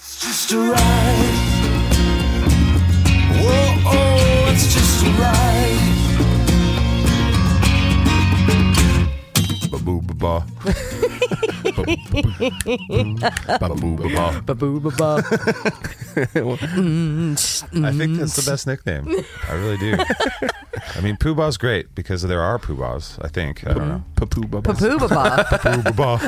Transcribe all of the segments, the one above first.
just a ride. Whoa, oh, it's just a ride. Ba-boo, ba-ba. Ba-boo, ba-ba. Ba-boo-ba-ba. I think that's the best nickname. I really do. I mean, Pooh Bah's great because there are Pooh Bahs, I think. I don't know. Papoo ba ba. Pooba Pooh Bah.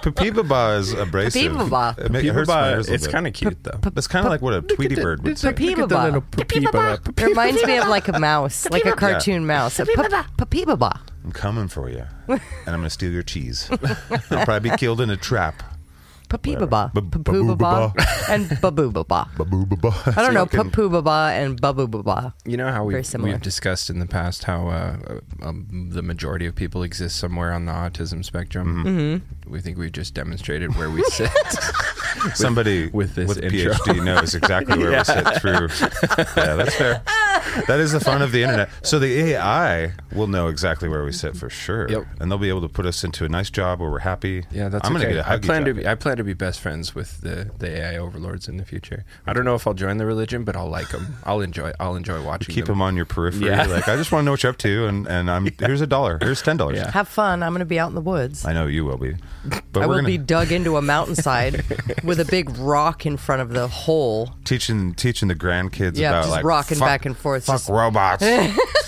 Papiba Bah is abrasive. Papiba Bah. It ma- it hurts my ears a It's bit. kind of cute though. That's kind of like what a Tweety Bird would say. Papiba Bah. Papiba Reminds me of like a mouse, like a cartoon mouse. Papiba I'm coming for you, and I'm going to steal your cheese. I'll probably be killed in a trap. Papiba B- Papooba and Babooba Ba-boo, ba-ba. I don't know, Fucking- Papooba and Babooba. You know how Very we've, similar. we've discussed in the past how uh, uh, um, the majority of people exist somewhere on the autism spectrum. Mm-hmm. We think we've just demonstrated where we sit. somebody with this a intro. PhD knows exactly where we sit through. Yeah, that's fair. That is the fun of the internet. So the AI will know exactly where we sit for sure, Yep. and they'll be able to put us into a nice job where we're happy. yeah, that's. I'm okay. gonna get a I huggy plan to job. be. I plan to be best friends with the, the AI overlords in the future. I don't know if I'll join the religion, but I'll like them. I'll enjoy. I'll enjoy watching. keep them on your periphery. Yeah. Like I just want to know what you're up to, and and I'm here's a dollar, here's ten dollars. Yeah. Have fun. I'm going to be out in the woods. I know you will be, but I we're will gonna be dug into a mountainside with a big rock in front of the hole. teaching teaching the grandkids Yeah, about just like rocking fuck- back and forth, Fuck just- robots.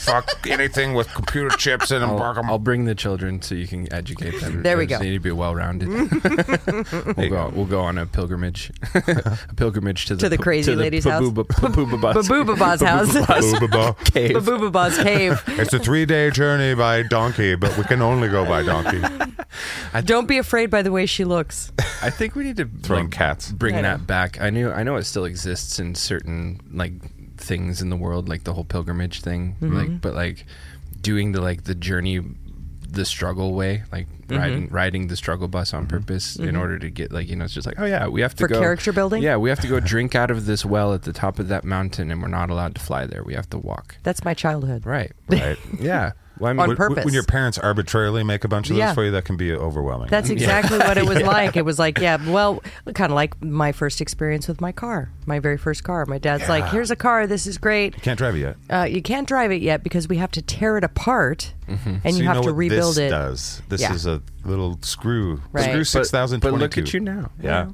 fuck anything with computer chips in them. I'll, Fuck 'em. I'll bring the children so you can educate them. There we They just go. Need to be well rounded. we'll, go, we'll go on a pilgrimage, a pilgrimage to the To the crazy lady's house? Babooba's house. Ba-ba-ba. Babooba's cave. It's a three day journey by donkey, but we can only go by donkey. Don't be afraid by the way she looks. I think we need to Throwing like, cats. bring I know. that back. I knew I know it still exists in certain like things in the world, like the whole pilgrimage thing. Mm-hmm. Like but like doing the like the journey the struggle way, like Mm-hmm. riding riding the struggle bus Mm-hmm. on purpose in order to get like, you know, it's just like, oh yeah, we have to For go character building? Yeah, we have to go drink out of this well at the top of that mountain and we're not allowed to fly there. We have to walk. That's my childhood. Right. Right. Yeah. Well, I mean, On what- purpose. When- When your parents arbitrarily make a bunch of those Yeah. for you, that can be overwhelming. That's exactly what it was like. It was like, yeah, well, kind of like my first experience with my car, my very first car. My dad's like, here's a car. This is great. Can't drive it yet. Uh, you can't drive it yet because we have to tear it apart and So you have know to what rebuild this it. Does this Yeah. is a little screw? Right. Screw But- six thousand. But look at you now. Yeah,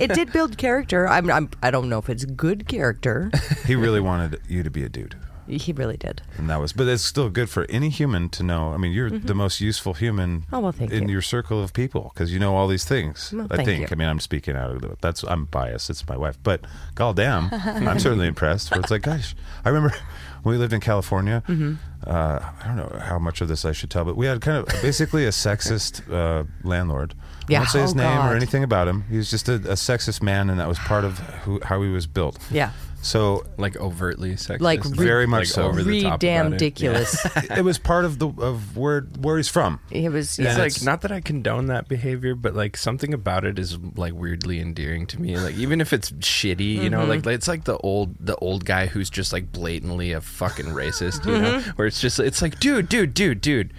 It did build character. I'm, I'm, I don't know if it's good character. he really wanted you to be a dude, he really did. and that was. But it's still good for any human to know. I mean, you're the most useful human Mm-hmm. Oh, well, thank in you. your circle of people because you know all these things. Well, I thank think. I you. mean, I'm speaking out of the. That's I'm biased. It's my wife, but goddamn, I'm certainly impressed. Where it's like, gosh, I remember when we lived in California. Mm-hmm. Uh, I don't know how much of this I should tell, but we had kind of basically a sexist uh, landlord. I Yeah. won't say his Oh, name or God. anything about him. He was just a, a sexist man, and that was part of who, how he was built. Yeah. So like overtly sexist. Like re- Very much so. over the top damn about it. Yeah. ridiculous. it was part of the of where where he's from. It was It's yeah. like not that I condone that behavior, but like something about it is like weirdly endearing to me. Like even if it's shitty, you know, Mm-hmm. like it's like the old the old guy who's just like blatantly a fucking racist, you Mm-hmm. know, where it's just it's like dude, dude, dude, dude.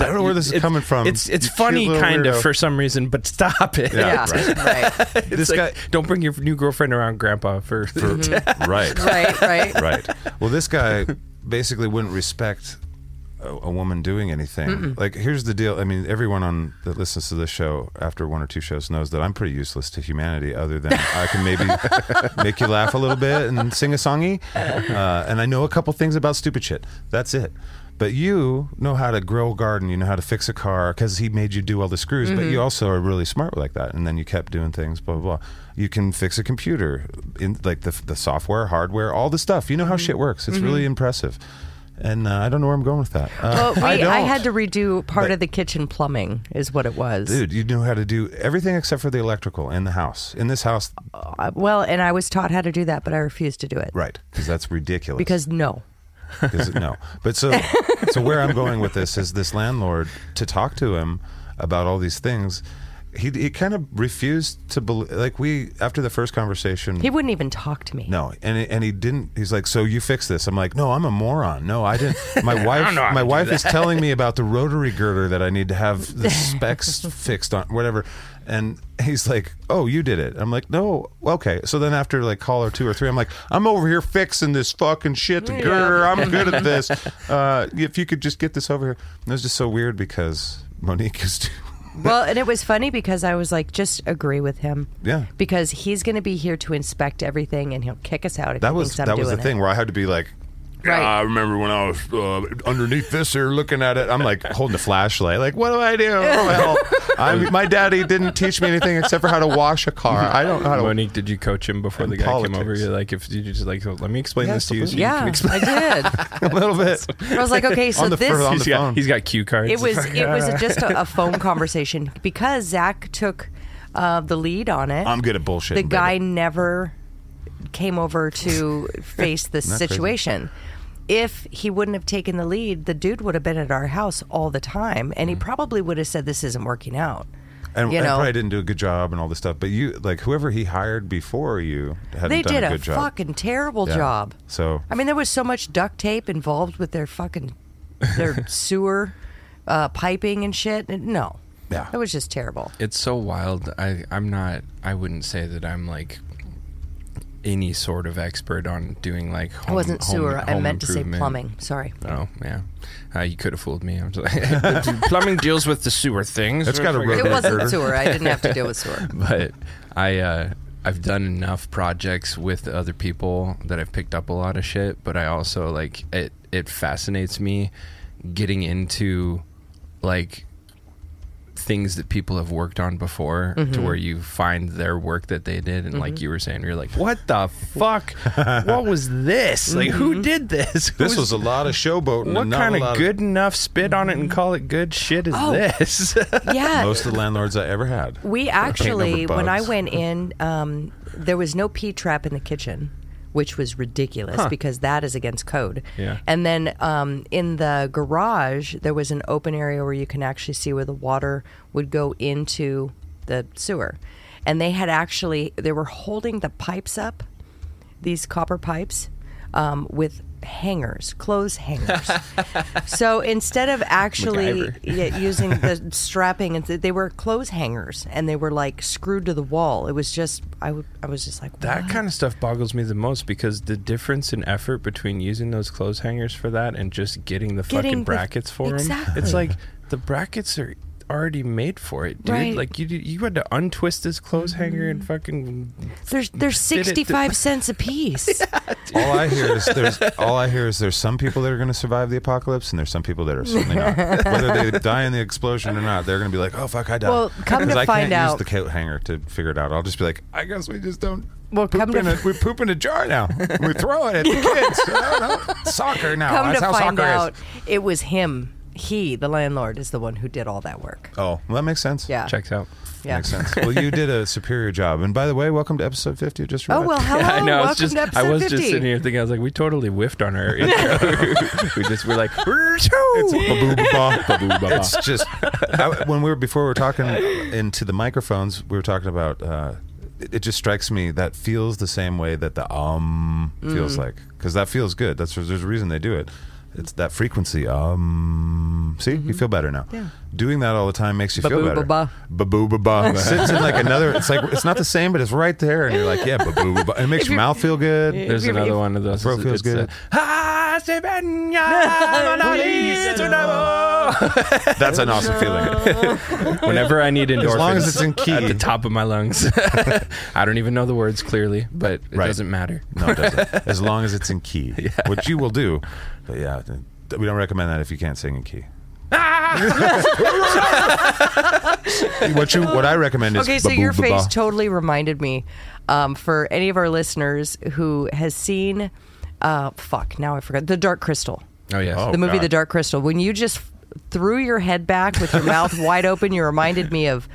I don't know where this is It's- coming from. It's it's You cute funny little kind of weirdo. for some reason, but stop it. yeah, right. right, It's This like, guy- Mm-hmm. don't bring your new girlfriend around grandpa for, right. right, right. Well, this guy basically wouldn't respect a, a woman doing anything. Like, here's the deal. I mean, everyone on that listens to this show after one or two shows knows that I'm pretty useless to humanity, other than I can maybe make you laugh a little bit and sing a songy, uh, and I know a couple things about stupid shit. That's it. But you know how to grow a garden, you know how to fix a car because he made you do all the screws, but you also are really smart like that. And then you kept doing things, blah, blah, blah. You can fix a computer, in, like the, the software, hardware, all the stuff. You know how shit works. It's really impressive. And uh, I don't know where I'm going with that. Uh, Well, we, don't. I, had to redo part But- of the kitchen plumbing, is what it was. Dude, you know how to do everything except for the electrical in the house. In this house, Uh, well, and I was taught how to do that, but I refused to do it right? Because that's ridiculous. because no. Is it- no. But so, so where I'm going with this is this landlord to talk to him about all these things. he he kind of refused to believe. Like we after the first conversation, He wouldn't even talk to me. no, and he- and he didn't. He's like, so you fix this? I'm like, no, I'm a moron. No, I didn't. My wife, know how my to do wife is telling me about the rotary girder that I need to have the specs fixed on, whatever. And he's like, oh, you did it. I'm like, no, okay. So then after like call or two or three, I'm like, I'm over here fixing this fucking shit, the girder. I'm good at this. Uh, if you could just get this over here. And it was just so weird because Monique is. Well, and it was funny because I was like, just agree with him. Yeah. Because he's going to be here to inspect everything, and he'll kick us out if That he was thinks I'm that was the doing thing it. where I had to be like, Right. "Yeah, I remember when I was uh, underneath this here looking at it. I'm like holding a flashlight. Like, what do I do? Well, I'm, my daddy didn't teach me anything except for how to wash a car. I don't know how to. Monique, did you coach him before And the guy politics. came over? You're like, if did you just like, let me explain Yeah, this to you. so you Yeah, can explain. I A little bit. did. I was like, okay, so On the this furlong. He's the phone. got, he's got cue cards. it was it was just a, a phone conversation because Zach took uh, the lead on it. I'm good at bullshit. the guy never came over to face this that crazy? situation. If he wouldn't have taken the lead, the dude would have been at our house all the time, Mm. and he probably would have said, "This isn't working out." and you I know. probably didn't do a good job and all this stuff. But you, like whoever he hired before you, hadn't They done did a a, good job. fucking terrible Yeah. job. So I mean, there was so much duct tape involved with their fucking their sewer uh, piping and shit. And No, Yeah. it was just terrible. it's so wild. I I'm not. I wouldn't say that I'm like any sort of expert on doing like. Home, it wasn't home- sewer. I home meant to say improvement. plumbing. Sorry. Oh yeah, uh, you could have fooled me. I'm just like, plumbing deals with the sewer things. It's got a road- It wasn't Murder. sewer. I didn't have to deal with sewer. but I uh, I've done enough projects with other people that I've picked up a lot of shit. But I also like it. It fascinates me getting into like things that people have worked on before to where you find their work that they did and like you were saying you're like what the fuck what was this like who did this Who this is- was a lot of showboating. what and not kind a lot of good enough spit on it and call it good shit is Oh. this Yeah. Most of the landlords I ever had. We over actually, when I bugs. went in, um, there was no P trap in the kitchen, which was ridiculous because that is against code. Yeah. And then um, in the garage, there was an open area where you can actually see where the water would go into the sewer. And they had actually, they were holding the pipes up, these copper pipes, um, with hangers, clothes hangers. So instead of actually MacGyver. yeah, using the strapping, and th- they were clothes hangers, and they were like screwed to the wall. It was just I, w- I was just like That "What?" kind of stuff boggles me the most because the difference in effort between using those clothes hangers for that and just getting the Getting fucking the- brackets for 'em, Exactly. It's like the brackets are already made for it, dude. Right. Mm. Like you you had to untwist this clothes hanger and fucking There's there's it- sixty five cents a piece. All I hear is there's all I hear is there's some people that are going to survive the apocalypse, and there's some people that are certainly not. Whether they die in the explosion or not, they're going to be like, "Oh fuck, I died." Well, come 'Cause to I find can't out- use the coat hanger to figure it out. I'll just be like, "I guess we just don't." Well, poop come to in a, we poop in a jar now. and We throw it at the kids. I don't know. Soccer now. Come That's to how find soccer out, is. it was him. He, the landlord, is the one who did all that work. Oh, well, that makes sense. Yeah. checks out. Yeah. Makes sense. Well, you did a superior job. And by the way, welcome to episode 50 of Just Oh Rewind. well, hello. I know. I was Welcome just to episode I was fifty. just sitting here thinking I was like, we totally whiffed on our intro. we just were like, it's it's just I, when we were before we were talking into the microphones we were talking about uh, it, it just strikes me that feels the same way that the um feels Mm. like because that feels good that's there's a reason they do it it's that frequency um see you feel better now Mm-hmm. Yeah. doing that all the time makes you feel Ba-boo, better ba-ba. baboo ba sits in like another it's like it's not the same but it's right there and you're like yeah baboo ba-ba. it makes your mouth feel good There's If you're- another one of those. Throat feels It's a- good. Ah, se venga, Manali, Tsunami. that's an awesome feeling Whenever I need endorphins, as long as it's in key at the top of my lungs. I don't even know the words clearly, but it Right. doesn't matter. No, it doesn't. as long as it's in key, which you will do. But yeah, th- we don't recommend that if you can't sing in key. what you what I recommend is Okay, so your ba-boo-ba-ba. face totally reminded me. Um, for any of our listeners who has seen, uh, fuck, now I forgot the Dark Crystal, Oh yes. Oh. the movie God. The Dark Crystal. When you just threw your head back with your mouth wide open, you reminded me of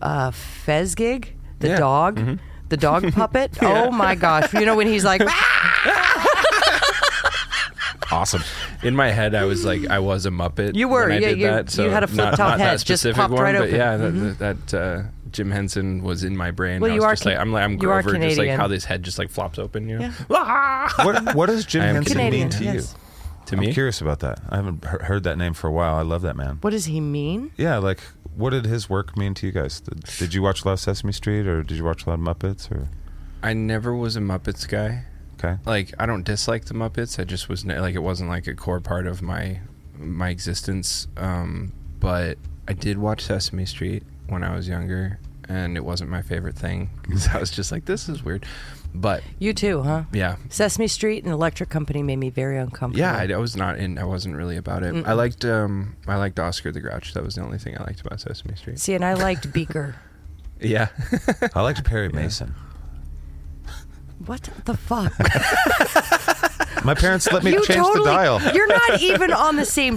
uh, Fezgig, the Yeah. dog, Mm-hmm. the dog puppet. Oh my gosh! You know when he's like, "Ah!" awesome. in my head, I was like, I was a Muppet. You were, when I yeah, did you- that, so you had a not, flip-top not head, That just specific popped one, right but open. Mm-hmm. yeah, that, that uh, Jim Henson was in my brain. Well, I you was are just Ca- like, I'm like, I'm you are Grover, just like Canadian. how this head just like flops open. You know? Yeah. What, what does Jim I am Henson Canadian, mean to yes. you? To I'm me, curious about that. I haven't he- heard that name for a while. I love that man. What does he mean? Yeah, like what did his work mean to you guys? Did, did you watch a lot of Sesame Street or did you watch a lot of Muppets or I never was a Muppets guy. okay? Like, I don't dislike the Muppets. I just was ne- like, it wasn't like a core part of my my existence. Um, but I did watch Sesame Street when I was younger, and it wasn't my favorite thing because I was just like, this is weird. But You too, huh? yeah, Sesame Street and Electric Company made me very uncomfortable. Yeah, I, I was not in. I wasn't really about it. I liked. Um, I liked Oscar the Grouch. That was the only thing I liked about Sesame Street. See, and I liked Beaker. Yeah, I liked Perry Mason. What the fuck? My parents let me you change totally. the dial. You're not even on the same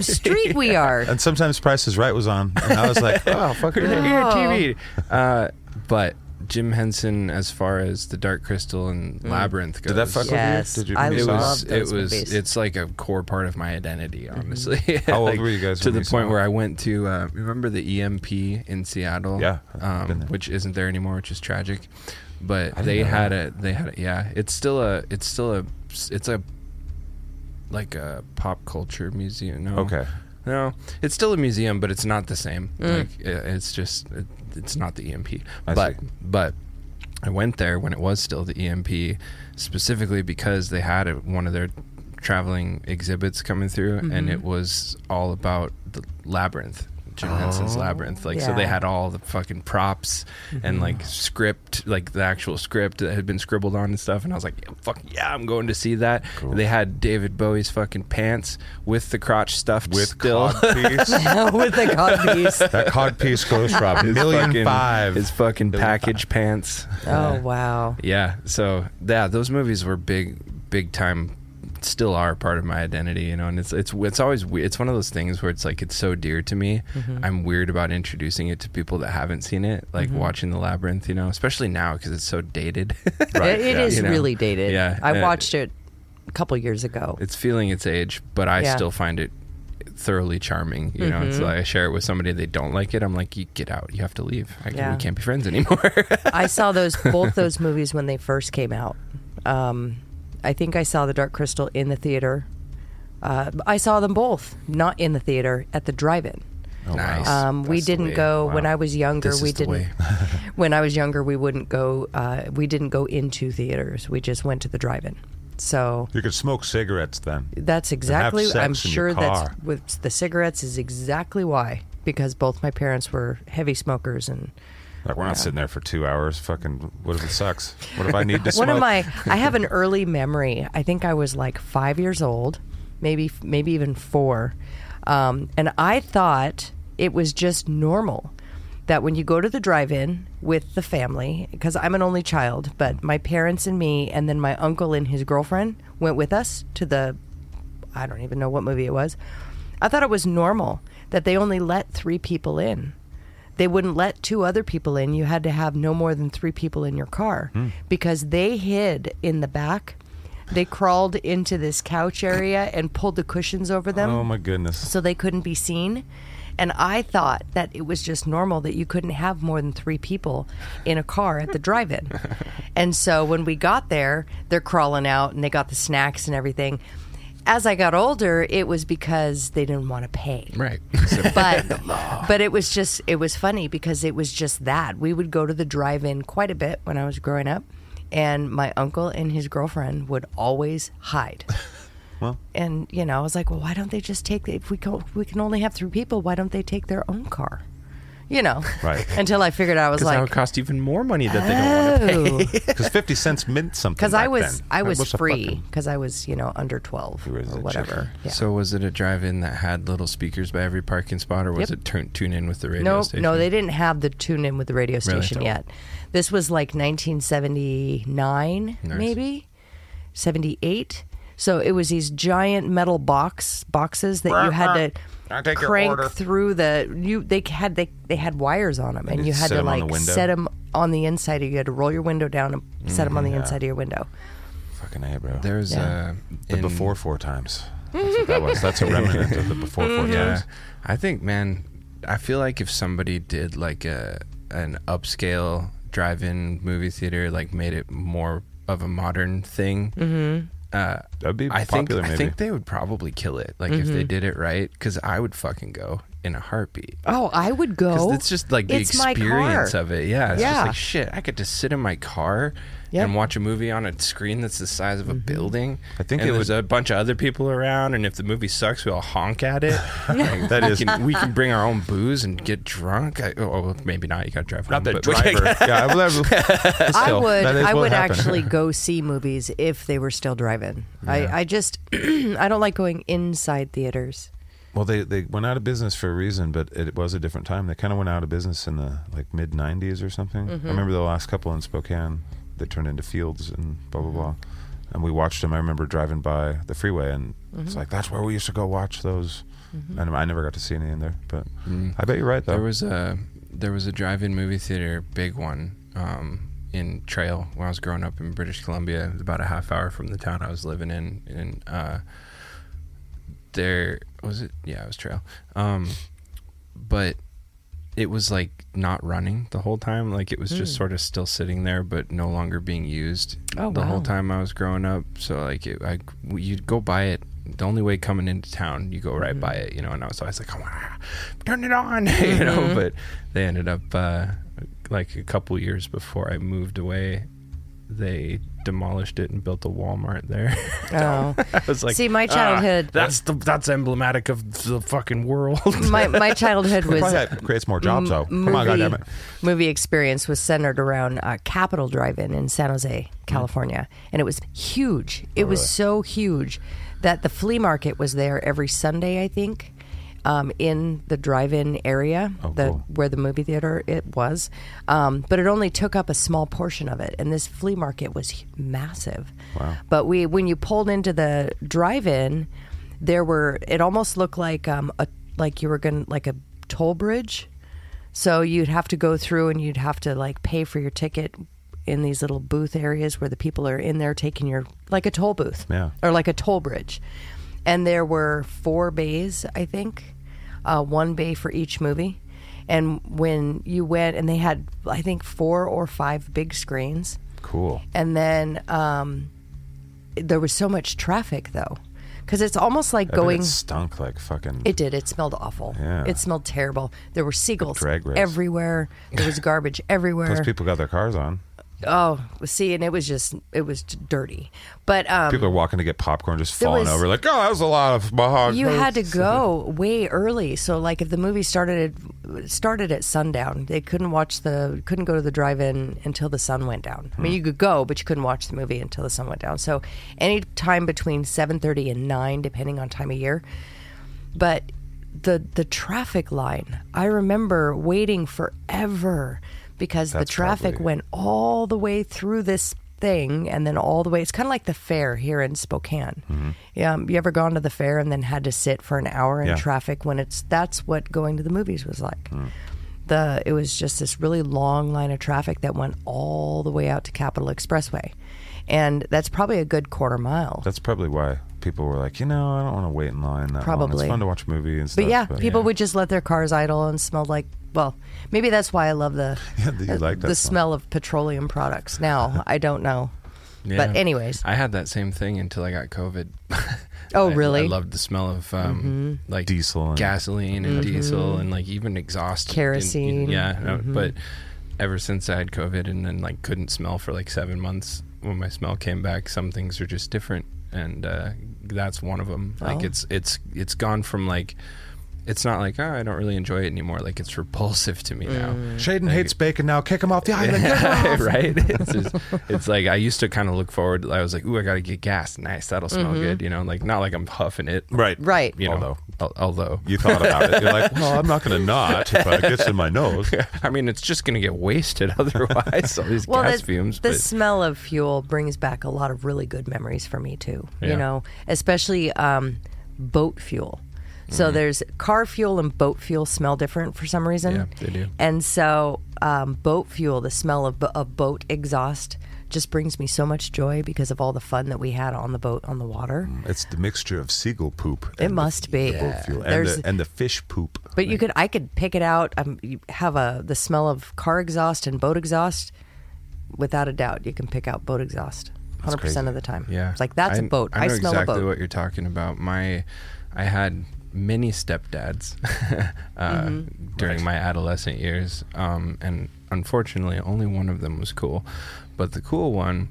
street we are. And sometimes Price is Right was on, and I was like, "Oh, fucker!" yeah, Oh. TV. Uh, but Jim Henson, as far as the Dark Crystal and Labyrinth goes, Did that fuck Yes, with you? Did you? I you it saw was. love It those was. movies. Mm-hmm. It's like a core part of my identity. Honestly, How old Like, were you guys To when the you saw point it? where I went to. Uh, remember the EMP in Seattle? Yeah, I've been um, there. which isn't there anymore, which is tragic. But didn't they know had that. a. They had a. Yeah, it's still a. It's still a. It's a. Like a pop culture museum. No. Okay. No, it's still a museum, but it's not the same. Like i- it's just it, it's not the EMP. Mm. I but see. but I went there when it was still the EMP, specifically because they had a, one of their traveling exhibits coming through, Mm-hmm. and it was all about the labyrinth. Jim Henson's Oh. Labyrinth, like so, they Yeah. had all the fucking props Mm-hmm. and like script, like the actual script that had been scribbled on and stuff. And I was like, yeah, "Fuck yeah, I'm going to see that." They had David Bowie's fucking pants with the crotch stuffed with still. cod piece. With the codpiece. that cod piece goes for a million fucking- five. His fucking Million package pants. Oh wow. Yeah. So yeah, those movies were big, big time. Still are part of my identity, you know. And it's it's it's always we- it's one of those things where it's like it's so dear to me. Mm-hmm. I'm weird about introducing it to people that haven't seen it, like watching the labyrinth, you know. Especially now because it's so dated. It- it yeah. is You know, really dated. yeah, I uh, watched it a couple years ago. it's feeling its age, but I Yeah. Mm-hmm. still find it thoroughly charming. You know, it's like I share it with somebody they don't like it. I'm like, you get out, you have to leave. I, Yeah. We can't be friends anymore. I saw those both those movies when they first came out. Um, I think I saw The Dark Crystal in the theater. Uh, I saw them both, not in the theater, at the drive-in. Oh, wow. Nice. Um, we That's the didn't way. go Wow. when I was younger. This we is the didn't. way. when I was younger, we wouldn't go. Uh, we didn't go into theaters. We just went to the drive-in. So You could smoke cigarettes then. that's exactly. sex I'm in your sure car. that's with the cigarettes is exactly why because both my parents were heavy smokers and. Like we're not sitting there for two hours. Fucking. What if it sucks? What if I need to smoke? One of my, I have an early memory. I think I was like five years old, maybe maybe even four, um, and I thought it was just normal that when you go to the drive-in with the family, because I'm an only child, but my parents and me, and then my uncle and his girlfriend went with us to the, I don't even know what movie it was. I thought it was normal that they only let three people in they wouldn't let two other people in. You had to have no more than three people in your car because they hid in the back. They crawled into this couch area and pulled the cushions over them Oh my goodness. so they couldn't be seen. And I thought that it was just normal that you couldn't have more than three people in a car at the drive in. and so when we got there, they're crawling out and they got the snacks and everything. As I got older, it was because they didn't want to pay right. but but it was just it was funny because it was just that we would go to the drive-in quite a bit when I was growing up, and my uncle and his girlfriend would always hide. Well. and you know, I was like, well, why don't they just take if we go, we can only have three people, why don't they take their own car? You know, Right. Until I figured out I was Because that like, would cost even more money that they don't want to pay. oh, Because fifty cents meant something. because I back was then. I Like, was what's a free fucking- because I was you know under twelve You or were the whatever. Yeah. So was it a drive-in that had little speakers by every parking spot, or was Yep. it turn, tune in with the radio No, station? no, they didn't have the tune in with the radio Really? station yet. This was like 1979, Nice. maybe 78. So it was these giant metal box boxes that you had to I'll take your crank order. through the you they had they they had wires on them and you just had set to 'em on the like window. set them on the inside. You had to roll your window down and Mm-hmm. set them on the inside of your window. Fucking a, bro. There's Yeah. uh, the in- before four times. That's what that was. That's a remnant of the before four Mm-hmm. Yeah, times. uh, I think, man, I feel like if somebody did like a an upscale drive-in movie theater, like made it more of a modern thing, Mm-hmm. uh, That'd be I think popular, I maybe. think they would probably kill it. Like if they Mm-hmm. did it right, because I would fucking go in a heartbeat. Oh, I would Because go. it's just like the It's my experience car. of it. Yeah. It's Yeah. just like shit. I could just sit in my car Yep. Mm-hmm. and watch a movie on a screen that's the size of a building. I think and it there's would- a bunch of other people around, and if the movie sucks, we all honk at it. Like, That we is- can, we can bring our own booze and get drunk. I, oh, well, maybe not. You got to drive home. Not the but- driver. yeah, I would, I would. That is I what happened. would actually go see movies if they were still drive-in. I, I just I don't like going inside theaters. Well, they, they went out of business for a reason, but it was a different time. They kind of went out of business in the like mid '90s or something. Mm-hmm. I remember the last couple in Spokane. They turned into fields and blah blah blah. Mm-hmm. And we watched them. I remember driving by the freeway, and it's like that's where we used to go watch those. Mm-hmm. And I never got to see any in there, but I bet you're right though. Mm. There was a there was a drive-in movie theater, big one, um, in Trail when I was growing up in British Columbia. It was about a half hour from the town I was living in, and uh, there was it. Yeah, it was Trail. Um, but it was like not running the whole time. Like it was just sort of still sitting there, but no longer being used Hmm. Oh, the wow. whole time I was growing up. So like, it, I you'd go by it. The only way coming into town, you go right Hmm. by it, you know. And I was always like, "Come on, ah, turn it on," you Mm-hmm. know. But they ended up uh, like a couple years before I moved away. They demolished it and built a Walmart there. Oh, I was like, See, my "Ah, childhood- that's the that's emblematic of the fucking world. my my childhood was Probably that creates more jobs though. m- Come on, movie- goddamn it. Movie experience was centered around uh, Capitol Drive-In in San Jose, California, and it was huge. It was Oh, really? so huge that the flea market was there every Sunday, I think, um, in the drive-in area, Oh, the cool. where the movie theater it was. Um, but it only took up a small portion of it, and this flea market was h- massive. Wow. But we, when you pulled into the drive-in, there were. It almost looked like um, a like you were going to like a toll bridge. So you'd have to go through and you'd have to like pay for your ticket in these little booth areas where the people are in there taking your like a toll booth Yeah. or like a toll bridge. And there were four bays, I think, uh, one bay for each movie. And when you went, and they had, I think, four or five big screens. Cool. And then um, there was so much traffic, though, because it's almost like I bet going. it stunk like fucking. It did. It smelled awful. Yeah. It smelled terrible. There were seagulls drag race. everywhere. There was garbage everywhere. Those people got their cars on. oh, see, and it was just, it was dirty. But um, People are walking to get popcorn, just There falling was- over. Like, oh, that was a lot of mahogany. you had to go way early. So like if the movie started at, started at sundown, they couldn't watch the couldn't go to the drive-in until the sun went down. I mean, you could go, but you couldn't watch the movie until the sun went down. So any time between 7:30 and 9 depending on time of year. But the the traffic line, I remember waiting forever because the That's traffic probably- went all the way through this thing and then all the way it's kind of like the fair here in spokane Mm-hmm. yeah um, you ever gone to the fair and then had to sit for an hour in Yeah. Mm. traffic when it's that's what going to the movies was like the it was just this really long line of traffic that went all the way out to capitol expressway and that's probably a good quarter mile That's probably why people were like, you know, I don't want to wait in line. That Long. Probably. It's fun to watch a movie and stuff. but yeah people would just let their cars idle and smelled like well maybe that's why i love the Yeah, you like that uh, smell. the smell of petroleum products now i don't know Yeah. but anyways I had that same thing until I got COVID. Oh, I- really? Mm-hmm. I loved the smell of um, like Diesel and- gasoline, and diesel, and like even exhaust, and- Kerosene. Mm-hmm. yeah, no, but ever since I had COVID and then like couldn't smell for like seven months, when my smell came back, some things are just different, and uh, that's one of them. Oh. Like it's it's it's gone from like. It's not like oh, I don't really enjoy it anymore. Like it's repulsive to me Mm. now. Shaden hates bacon now. Kick him off the island. right? It's, just, it's like I used to kind of look forward. I was like, "Ooh, I gotta get gas. Nice, that'll smell Mm-hmm. good." You know, like not like I'm huffing it. right. right You know, Oh. although, although, You thought about it. You're like, well, I'm not going to not if it gets in my nose. I mean, it's just gonna get wasted otherwise. All these well, gas the, fumes, the but smell of fuel brings back a lot of really good memories for me too. You Yeah. know, especially um, boat fuel. Mm-hmm. So there's car fuel and boat fuel smell different for some reason. Yeah, they do. And so um, boat fuel, the smell of bo- of boat exhaust just brings me so much joy because of all the fun that we had on the boat on the water. It's the mixture of seagull poop. It and the- must be. the boat fuel and There's- the, and the fish poop. But you could, I could pick it out. Um, you have a the smell of car exhaust and boat exhaust, without a doubt. You can pick out boat exhaust, That's hundred percent of crazy. the time. Yeah, it's like that's a I- boat. I, I know smell exactly a boat. what you're talking about. My, I had many stepdads uh, Mm-hmm. during my adolescent years, um, and unfortunately, only one of them was cool. But the cool one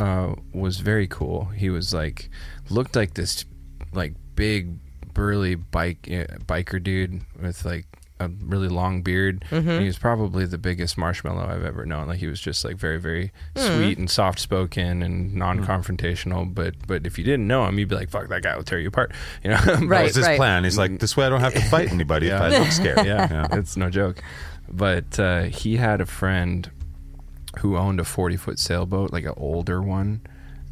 uh, was very cool. He was like looked like this like big burly bike uh, biker dude with like a really long beard. And he was probably the biggest marshmallow I've ever known. Like he was just like very very sweet and soft spoken and non confrontational. But but if you didn't know him, you'd be like, "Fuck that guy will tear you apart," you know. But- That Right, was his right. plan. He's like, this way I don't have to fight anybody if I look scared. yeah, it's no joke. But uh, he had a friend who owned a 40 foot sailboat, like an older one,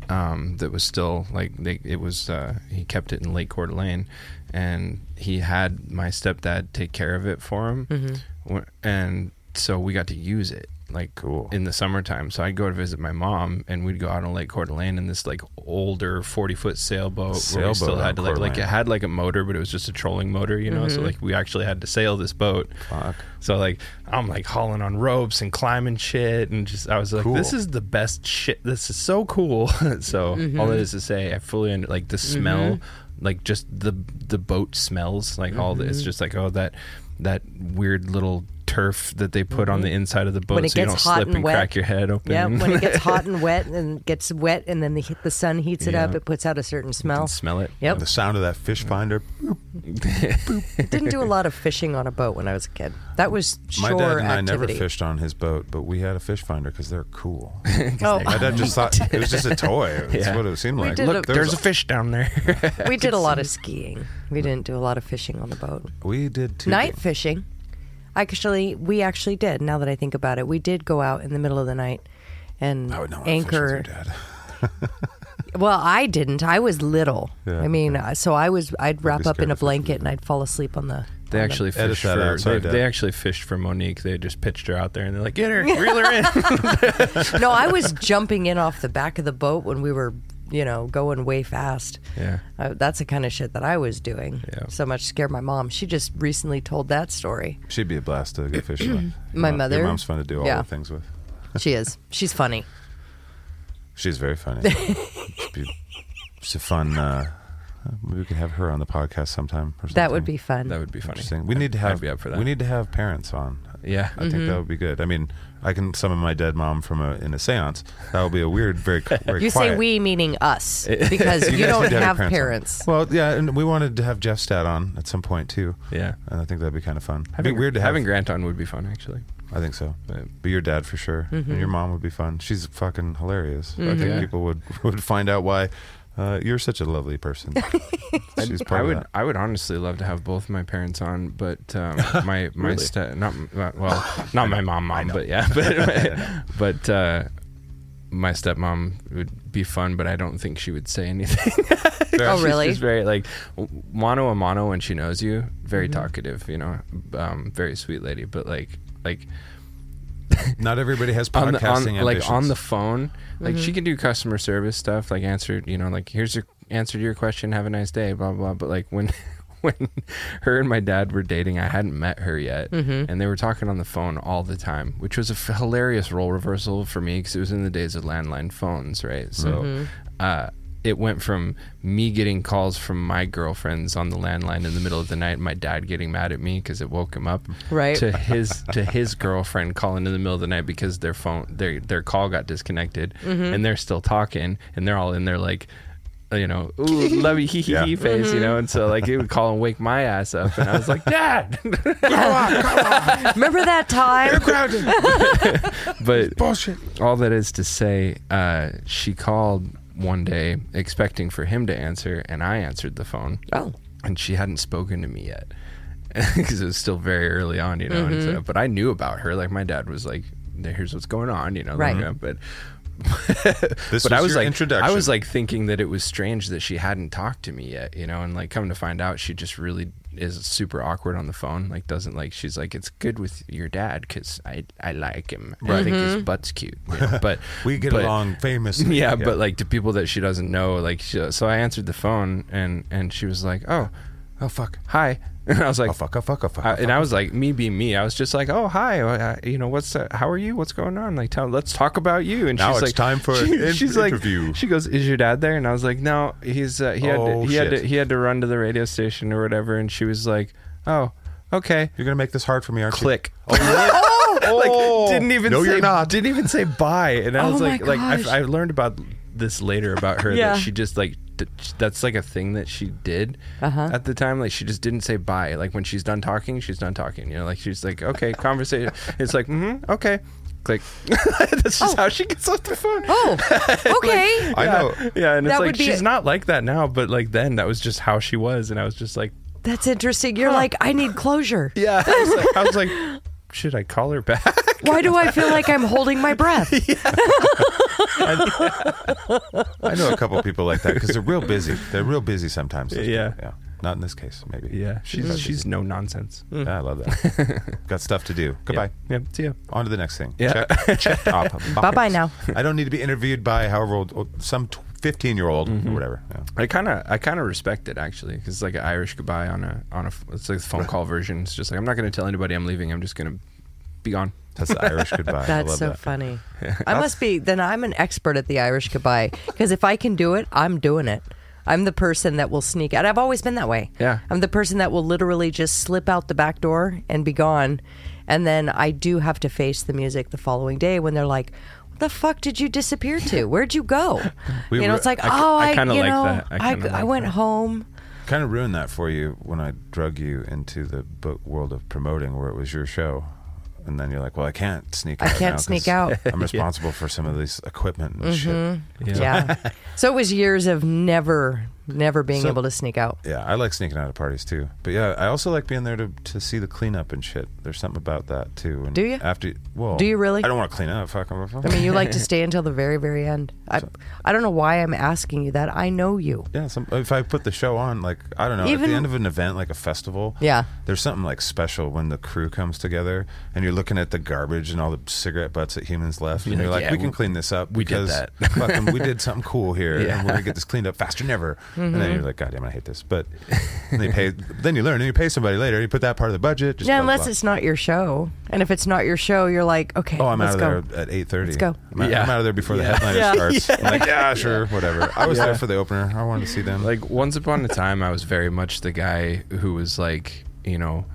um, that was still like they, it was. Uh, he kept it in Lake Coeur d'Alene, and he had my stepdad take care of it for him, Wh- and so we got to use it. Like Cool. in the summertime, so I'd go to visit my mom, and we'd go out on Lake Coeur d'Alene in this like older forty foot sailboat. where we Sailboat still on had to like, Coeur like it d'Alene. had like a motor, but it was just a trolling motor, you know. So Mm-hmm. like we actually had to sail this boat. Fuck. So like I'm like hauling on ropes and climbing shit, and just I was like, Cool. this is the best shit. This is so cool. so Mm-hmm. all that is to say, I fully under, like the smell, like just the the boat smells like all the, it's Mm-hmm. just like oh that that weird little turf that they put on the inside of the boat Mm-hmm. it so you gets don't hot slip and and, wet. crack your head open. Yeah, when it gets hot and wet and gets wet, and then the, heat- the sun heats it up, Yeah. it puts out a certain smell. smell it. Yep. The sound of that fish finder. Didn't do a lot of fishing on a boat when I was a kid. That was My shore dad and I never activity. fished on his boat, but we had a fish finder because they're cool. My Oh, dad just thought it was just a toy. That's Yeah. what it seemed We like. did Look, Look, there's a fish down there. we did a lot of skiing. We didn't do a lot of fishing on the boat. we did too. Night fishing. Actually, we actually did. Now that I think about it, we did go out in the middle of the night and I would not want to fish with anchor. your dad. Well, I didn't. I was little. Yeah. I mean, uh, so I was. I'd wrap up scared in to a fish with blanket and I'd fall asleep on the. They on the- actually Edit fished that for out, sorry, they, Dad. they actually fished for Monique. They just pitched her out there and they're like, get her, reel her in. no, I was jumping in off the back of the boat when we were, you know, going way fast. Yeah. Uh, that's the kind of shit that I was doing. Yeah. So much scared my mom. She just recently told that story. She'd be a blast to go fishing with. Your My mom- mother? Your mom's fun to do all Yeah. the things with. She is. She's funny. She's very funny. She'd be- She's a fun. Uh, maybe we could have her on the podcast sometime. Or something. That would be fun. That would be funny. Interesting. We need to I'd have be up for that. we need to have parents on. Yeah. I Mm-hmm. think that would be good. I mean, I can summon my dead mom from a in a séance. That would be a weird, very, very you quiet. say we meaning us because you, guys don't need to have your parents. on. Well, yeah, and we wanted to have Jeff Stat on at some point too. Yeah. and I think that'd be kind of fun. It'd be weird to have. having Grant on would be fun actually. I think so. But- But your dad for sure, Mm-hmm. and your mom would be fun. She's fucking hilarious. I think Yeah. people would would find out why uh, you're such a lovely person. She's I part of would that. I would honestly love to have both my parents on, but um, my my Really? sta- not not- well not my mom mom, but yeah, but but uh, my stepmom would be fun, but I don't think she would say anything. Oh, really? She's very like mono a mono when she knows you. Very Mm-hmm. talkative, you know, um, very sweet lady, but like like Not everybody has podcasting on the, on, ambitions. like on the phone. Like she can do customer service stuff, like answer, you know, like here's your answer to your question, have a nice day, blah blah. blah. But like when when her and my dad were dating, I hadn't met her yet, and they were talking on the phone all the time, which was a f- hilarious role reversal for me because it was in the days of landline phones, right? So. Mm-hmm. Uh, it went from me getting calls from my girlfriends on the landline in the middle of the night, and my dad getting mad at me because it woke him up, Right. To his to his girlfriend calling in the middle of the night because their phone their their call got disconnected and they're still talking and they're all in there like you know ooh love you hee hee hee Yeah. face you know and so like he would call and wake my ass up and I was like dad Remember that time? but bullshit. all that is to say, uh, she called one day expecting for him to answer, and I answered the phone. Oh. And she hadn't spoken to me yet because it was still very early on, you know. And so, but I knew about her. Like, my dad was like, "Here's what's going on," you know. like, Right. uh, but This but was I was your like, introduction. I was like thinking that it was strange that she hadn't talked to me yet, you know, and like come to find out, she just really is super awkward on the phone. Like, doesn't like, she's like, it's good with your dad because I I like him. I think his butt's cute. you know, But we get but- along famously. Yeah, but like to people that she doesn't know, like she, so I answered the phone and and she was like, oh, oh fuck, hi, and I was like, oh, fuck, oh, fuck, oh, fuck. I, oh, and I was like, me being me, I was just like, oh hi, uh, you know what's uh, how are you? What's going on? Like, tell, let's talk about you. And Now she's it's like, time for an she's interview. Like, she goes, is your dad there? And I was like, no, he's uh, he had Oh, to, he had shit. to, he had to run to the radio station or whatever. And she was like, oh okay, You're gonna make this hard for me, aren't click. you? Oh, like didn't even No, say, you're not. didn't even say bye. And I Oh was my like, like gosh. I, I learned about this later about her Yeah. that she just like d- that's like a thing that she did Uh-huh. at the time. Like she just didn't say bye. Like when she's done talking, she's done talking. You know, like she's like okay, conversation. it's like hmm okay, click. that's just how she gets off the phone. Oh, okay. I yeah, know. yeah, and it's That like would be- she's not like that now, but like then that was just how she was, and I was just like, That's interesting. You're like, I need closure. yeah, I was like, I was like should I call her back? Why do I feel like I'm holding my breath? I know a couple people like that because they're real busy. They're real busy sometimes. those Yeah. people. yeah. Not in this case, maybe. Yeah, she's she's no nonsense. Mm. Yeah, I love that. Got stuff to do. Goodbye. Yep. See ya. On to the next thing. Yeah. Check, checked off. Box. Bye-bye now. I don't need to be interviewed by however old, old- some fifteen-year-old Mm-hmm. or whatever. Yeah. I kind of I kind of respect it actually because it's like an Irish goodbye on a on a f- it's like a phone call version. It's just like I'm not going to tell anybody I'm leaving. I'm just going to be gone. That's the Irish goodbye. I That's love so that. funny. I must be then I'm an expert at the Irish goodbye because if I can do it, I'm doing it. I'm the person that will sneak out. I've always been that way. Yeah. I'm the person that will literally just slip out the back door and be gone. And then I do have to face the music the following day when they're like, "What the fuck did you disappear to? Where'd you go?" We you know, were- it's like, I- "Oh, I I, kinda you like know, that. I I, kinda I like went that. home." Kind of ruined that for you when I drug you into the book world of promoting, where it was your show, and then you're like, "Well, I can't sneak. I out can't now 'cause sneak out. Mm-hmm. I'm responsible for some of this equipment and shit." Yeah. so it was years of never never being So- able to sneak out. Yeah, I like sneaking out of parties too. But yeah, I also like being there to, to see the cleanup and shit. There's something about that too. And Do you? After well, Do you really? I don't want to clean up. Fuck. I'm, I mean, you like to stay until the very, very end. I, I don't know why I'm asking you that. I know you. yeah. Some, if I put the show on, like I don't know, at Even- the end of an event, like a festival. Yeah. There's something like special when the crew comes together and you're looking at the garbage and all the cigarette butts that humans left, and Yeah, you're like, yeah, we can we- clean this up. we did because that." fucking, we did something cool here, Yeah. and we're gonna get this cleaned up faster than ever. And Mm-hmm. then you're like, God damn, I hate this. But then you pay. Then you learn, and you pay somebody later. You put that part of the budget. Just Yeah, blah, unless blah. it's not your show. And if it's not your show, you're like, okay, Oh, I'm let's out go. of there at eight thirty. Let's go. I'm, out- Yeah. I'm out of there before the Yeah. headliner Yeah. starts. I'm like, yeah, sure, whatever. I was Yeah. there for the opener. I wanted to see them. Like once upon a time, I was very much the guy who was like you know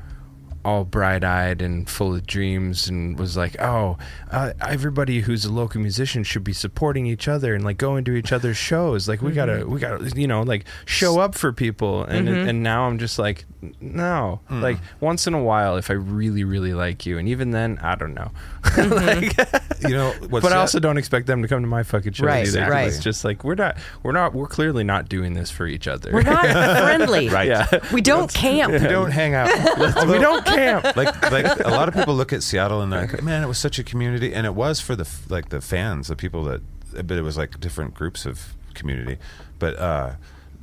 all bright-eyed and full of dreams and was like oh uh, everybody who's a local musician should be supporting each other and like going to each other's shows like we gotta we gotta you know like show up for people and and now i'm just like no like once in a while if i really really like you and even then i don't know like, you know, what's but I also don't expect them to come to my fucking shows Right, either. 'cause right. It's just like we're not, we're not, we're clearly not doing this for each other. We're not friendly. Right. yeah, We don't camp. we don't hang out. Although, we don't camp. like like a lot of people look at Seattle and they're like, man, it was such a community, and it was for the f- like the fans, the people that, but it was like different groups of community, but uh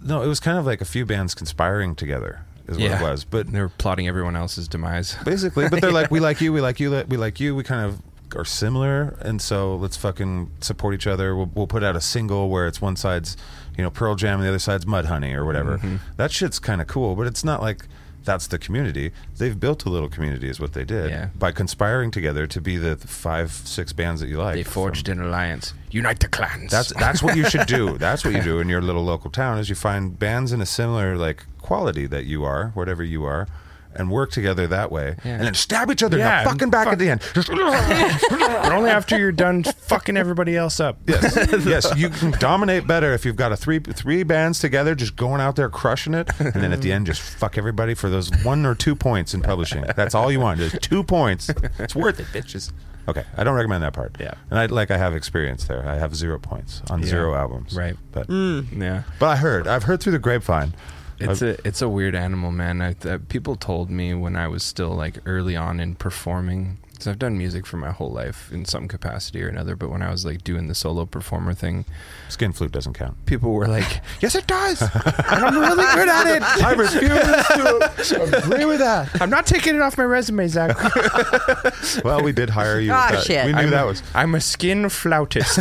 no, it was kind of like a few bands conspiring together is what it was, but they're plotting everyone else's demise. basically. But they're like, we like you, we like you, li- we like you. We kind of are similar, and so let's fucking support each other. We'll, we'll put out a single where it's one side's, you know, Pearl Jam and the other side's Mud Honey or whatever. Mm-hmm. That shit's kind of cool, but it's not like that's the community. They've built a little community, is what they did Yeah. by conspiring together to be the five, six bands that you like. They forged an alliance. Unite the clans. That's that's what you should do. That's what you do in your little local town is you find bands in a similar like quality that you are, whatever you are, and work together that way, Yeah. and then stab each other Yeah, in the fucking back fuck- at the end. but only after you're done fucking everybody else up. yes, yes, you can dominate better if you've got a three three bands together, just going out there crushing it, and then at the end just fuck everybody for those one or two points in publishing. That's all you want. Just two points. It's worth it, bitches. Okay, I don't recommend that part. Yeah. and I like I have experience there. I have zero points on zero albums. Right. Mm. but. Yeah. But I heard. I've heard through the grapevine. It's a it's a weird animal, man. I, th- people told me when I was still like early on in performing So I've done music for my whole life in some capacity or another. But when I was like doing the solo performer thing, Skin flute doesn't count. people were like, "Yes, it does. And I'm really good at it. I refuse to agree with that. I'm not taking it off my resume, Zach. Well, we did hire you. with Ah, that. shit. We knew I'm, that was. I'm a skin flautist.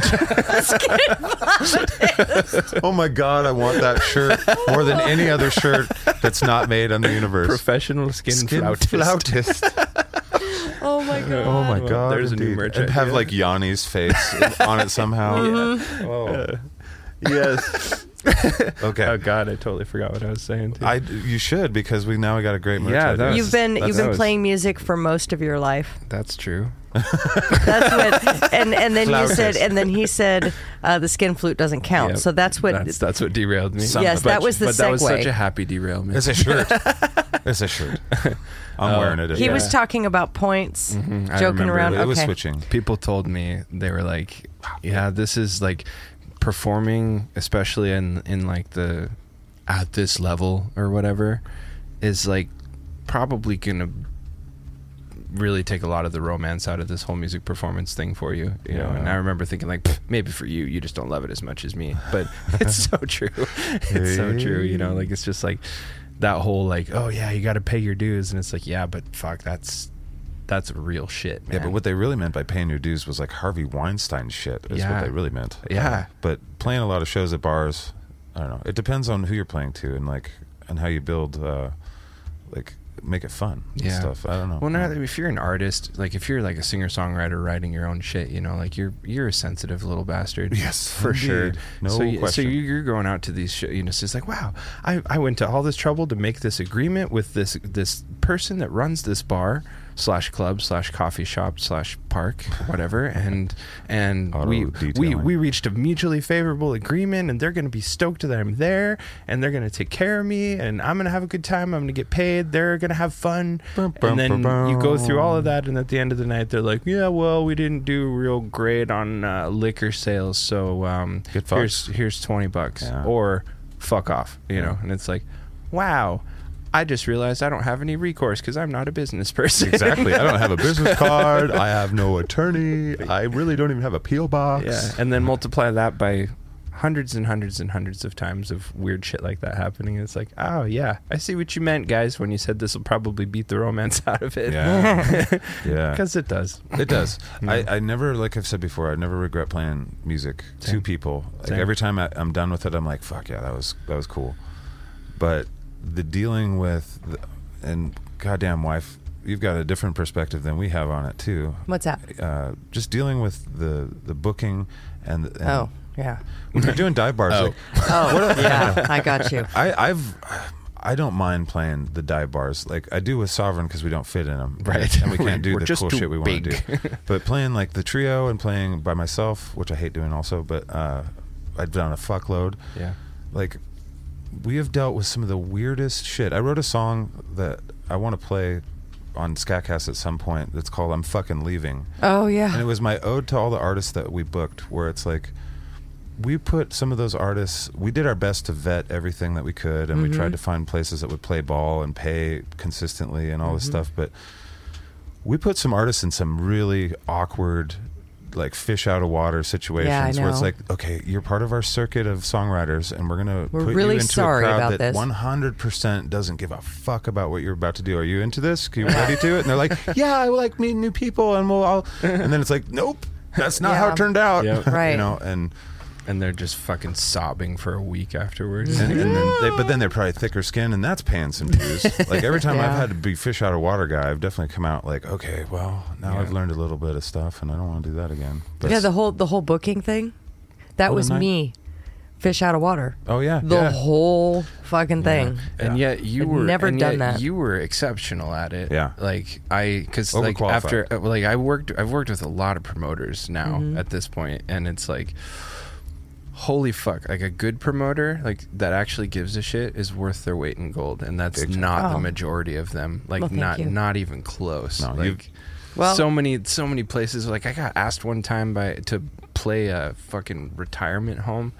Oh my god, I want that shirt more than any other shirt that's not made on the universe. Professional skin, Skin flautist. flautist. Oh my god. Oh my Well, god! there's a new indeed. merch And have idea. like Yanni's face on it somehow. Mm-hmm. Oh, Yes. okay. oh God, I totally forgot what I was saying. Too. I you should because we now we got a great merch. Yeah, idea. that was- You've been That's- you've that been was- playing music for most of your life. That's true. That's what. And and then you said, Flautist. and then he said, uh, the skin flute doesn't count. Yep. Oh, So that's what. That's, that's what derailed me. Son of Yes, a that bitch. was the But that was segue. such a happy derailment. it's a shirt. it's a shirt. Uh, I'm wearing it. he Yeah. was talking about points, Mm-hmm. I joking remember. But around. It okay. was switching. people told me they were like yeah this is like performing especially in in like the at this level or whatever is like probably gonna really take a lot of the romance out of this whole music performance thing for you you know and Yeah. i remember thinking like "Pff, maybe for you you just don't love it as much as me but it's so true it's so true you know like it's just like that whole like oh yeah you gotta pay your dues and it's like yeah but fuck that's that's real shit man. Yeah, but what they really meant by paying your dues was like Harvey Weinstein shit. Is Yeah. what they really meant. Um, Yeah. But playing a lot of shows at bars, I don't know. It depends on who you're playing to and like and how you build, uh, like make it fun. and Yeah. Stuff. I don't know. Um, Well, no, if you're an artist, like if you're like a singer songwriter writing your own shit, you know, like you're you're a sensitive little bastard. Yes, for sure. indeed. No so, you- question. So you- you're going out to these shows, you know, it's just like, wow, I, I went to all this trouble to make this agreement with this this person that runs this bar slash club slash coffee shop slash park whatever, and and Auto we we detailing. we reached a mutually favorable agreement, and they're going to be stoked that I'm there, and they're going to take care of me, and I'm going to have a good time. I'm going to get paid. They're going to have fun Bum, bum, and then bum, you go through all of bum. that, and at the end of the night, they're like, "Yeah, well, we didn't do real great on uh, liquor sales, so um, Get fucked. here's here's twenty bucks, Yeah. or fuck off," you know. And it's like, "Wow, I just realized I don't have any recourse because I'm not a business person." Exactly. I don't have a business card. I have no attorney. I really don't even have a PO box. yeah, and then multiply that by hundreds and hundreds and hundreds of times of weird shit like that happening. And it's like, "Oh yeah, I see what you meant, guys, when you said this will probably beat the romance out of it." Yeah. Yeah. Because it does. It does. I, I never, like I've said before, I never regret playing music to people. Like Same. every time I, I'm done with it, I'm like, fuck yeah, that was that was cool. But the dealing with, the, and goddamn wife, you've got a different perspective than we have on it too. What's that? Uh, just dealing with the the booking and, and Oh yeah. when you're doing dive bars, like, Oh yeah. I got you. I, I've I don't mind playing the dive bars like I do with Sovereign because we don't fit in them, Right. And we can't do We're the just cool too shit we want to big. do. But playing like the trio and playing by myself, which I hate doing also, but uh, I've done a fuckload. Yeah. Like we have dealt with some of the weirdest shit. I wrote a song that I want to play on Scatcast at some point. That's called "I'm Fucking Leaving." Oh and it yeah. was my ode to all the artists that we booked where it's like we put some of those artists we did our best to vet everything that we could and Mm-hmm. we tried to find places that would play ball and pay consistently and all Mm-hmm. this stuff but we put some artists in some really awkward like fish out of water situations where it's know. like okay you're part of our circuit of songwriters and we're gonna We're put really you into sorry a crowd about that this. 100% doesn't give a fuck about what you're about to do are you into this are you ready to it and they're like yeah i like meeting new people and we'll all and then it's like nope that's not how Yeah. it turned out Yep. Right. you know and and they're just fucking sobbing for a week afterwards. and, and then they, but then they're probably thicker skin, and that's paying some dues. like every time I've Yeah. had to be fish out of water guy, I've definitely come out like, okay, well, now Yeah. I've learned a little bit of stuff, and I don't want to do that again. But, Yeah. The whole the whole booking thing. That What was a night. me. Fish out of water. oh yeah, The yeah. whole fucking thing. And yet you I'd were never and done yet that. You were exceptional at it. Yeah. Like I, because like Overqualified. after uh, like I worked, I've worked with a lot of promoters now Mm-hmm. at this point, and it's like, holy fuck! Like a good promoter, like that actually gives a shit, is worth their weight in gold, and that's Big time. not the Oh. majority of them. Like Well, thank not you. not even close. No, you've- like. Well- so many, so many places. Like I got asked one time by to play a fucking retirement home,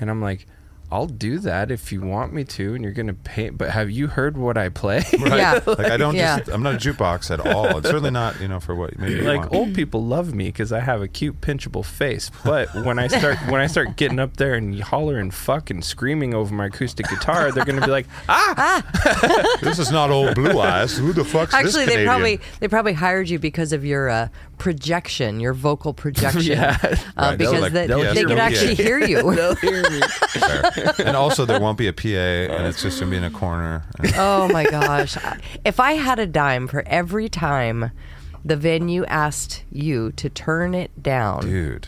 and I'm like, I'll do that if you want me to, and you're gonna pay. But have you heard what I play? Right? Yeah. Like I don't Yeah. just I'm not a jukebox at all. It's certainly not, you know, for what maybe you like want. old people love me because I have a cute pinchable face, but when I start when I start getting up there and holler and fuck and screaming over my acoustic guitar, they're gonna be like, ah, this is not old blue eyes. Who the fuck's this Actually, they Canadian? probably they probably hired you because of your uh, projection, your vocal projection. Yeah. uh, Right, they'll because like- they, they'll they hear could me. actually Yeah. hear you. they'll hear me. Fair. and also there won't be a PA and it's just gonna be in a corner. And oh my gosh! I- If I had a dime for every time the venue asked you to turn it down, dude.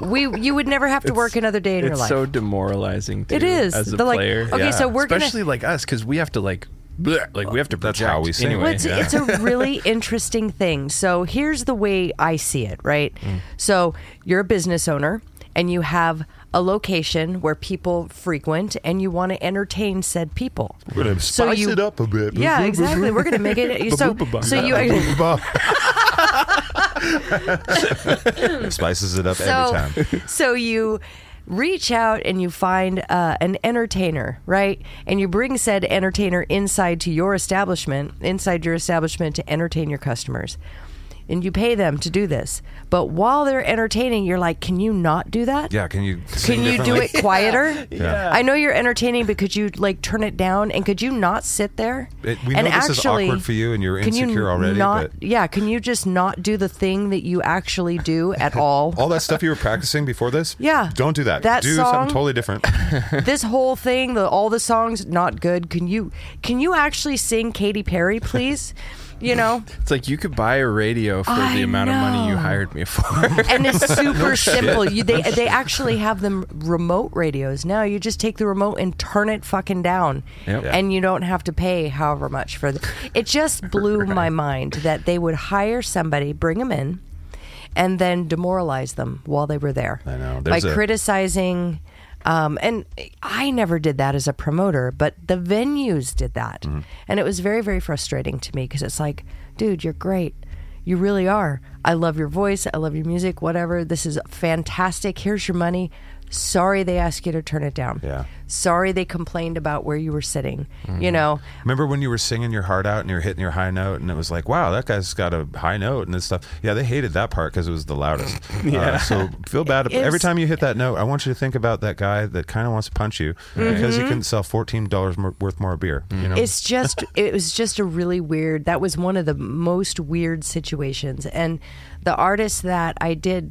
we you would never have to work another day in your It's life. so demoralizing. Too, It is. as a They're like, player. okay, so we're gonna- especially like us because we have to like, bleh, like we have to. That's how project we sing. anyway. Well, it's, Yeah. it's a really interesting thing. So here's the way I see it, right? Mm. So you're a business owner and you have a location where people frequent and you want to entertain said people. We're gonna So you- a bit. Yeah, exactly. We're going to make it so so you Spices it up so, every time. so you reach out and you find uh, an entertainer, right? And you bring said entertainer inside to your establishment, inside your establishment to entertain your customers. And you pay them to do this. But while they're entertaining, you're like, can you not do that? Yeah, can you sing Can you do differently? it quieter? Yeah. I know you're entertaining, but could you like turn it down? And could you not sit there? It- we and know this is awkward for you and you're can you insecure already, Not, but- yeah. Can you just not do the thing that you actually do at all? All that stuff you were practicing before this? Yeah. Don't do that. That do song- something totally different. this whole thing, the all the songs not good. Can you can you actually sing Katy Perry, please? You know, It's like you could buy a radio for I the amount of money you know. hired me for. and it's super simple. You, they they actually have them remote radios now. You just take the remote and turn it fucking down, Yep. Yeah. and you don't have to pay however much for the. It just blew my mind that they would hire somebody, bring them in, and then demoralize them while they were there. I know. by There's a- criticizing. Um, and I never did that as a promoter, but the venues did that. And it was very, very frustrating to me because it's like, dude, you're great. You really are. I love your voice. I love your music, whatever. This is fantastic. Here's your money. Sorry they asked you to turn it down. Yeah. Sorry they complained about where you were sitting. You know, Remember when you were singing your heart out and you're hitting your high note, and it was like, wow, that guy's got a high note and this stuff. Yeah, they hated that part because it was the loudest. yeah. so feel bad. It- it Every was- time you hit that note, I want you to think about that guy that kind of wants to punch you Mm-hmm. because he couldn't sell fourteen dollars worth more beer. You know, it's just it was just a really weird that was one of the most weird situations and the artist that i did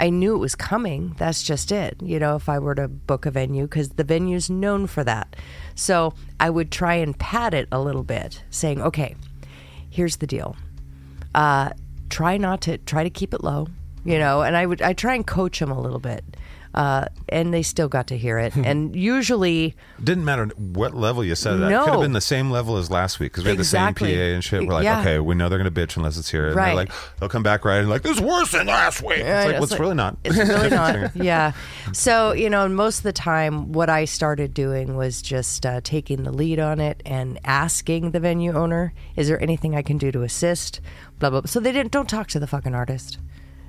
i knew it was coming that's just it you know if i were to book a venue because the venue's known for that so i would try and pad it a little bit saying okay here's the deal uh, try not to try to keep it low you know and i would i try and coach them a little bit uh, and they still got to hear it and usually didn't matter what level you said that. It No. could have been the same level as last week because we had Exactly. the same PA and shit. We're like, Yeah. okay, we know they're gonna bitch unless it's here. And Right. they're like, they'll come back right and like, this is worse than last week. Yeah, it's like, well, it's really not. It's really not. Yeah. So you know, and most of the time, what I started doing was just uh, taking the lead on it and asking the venue owner, "Is there anything I can do to assist?" Blah blah. blah. So they didn't. Don't talk to the fucking artist.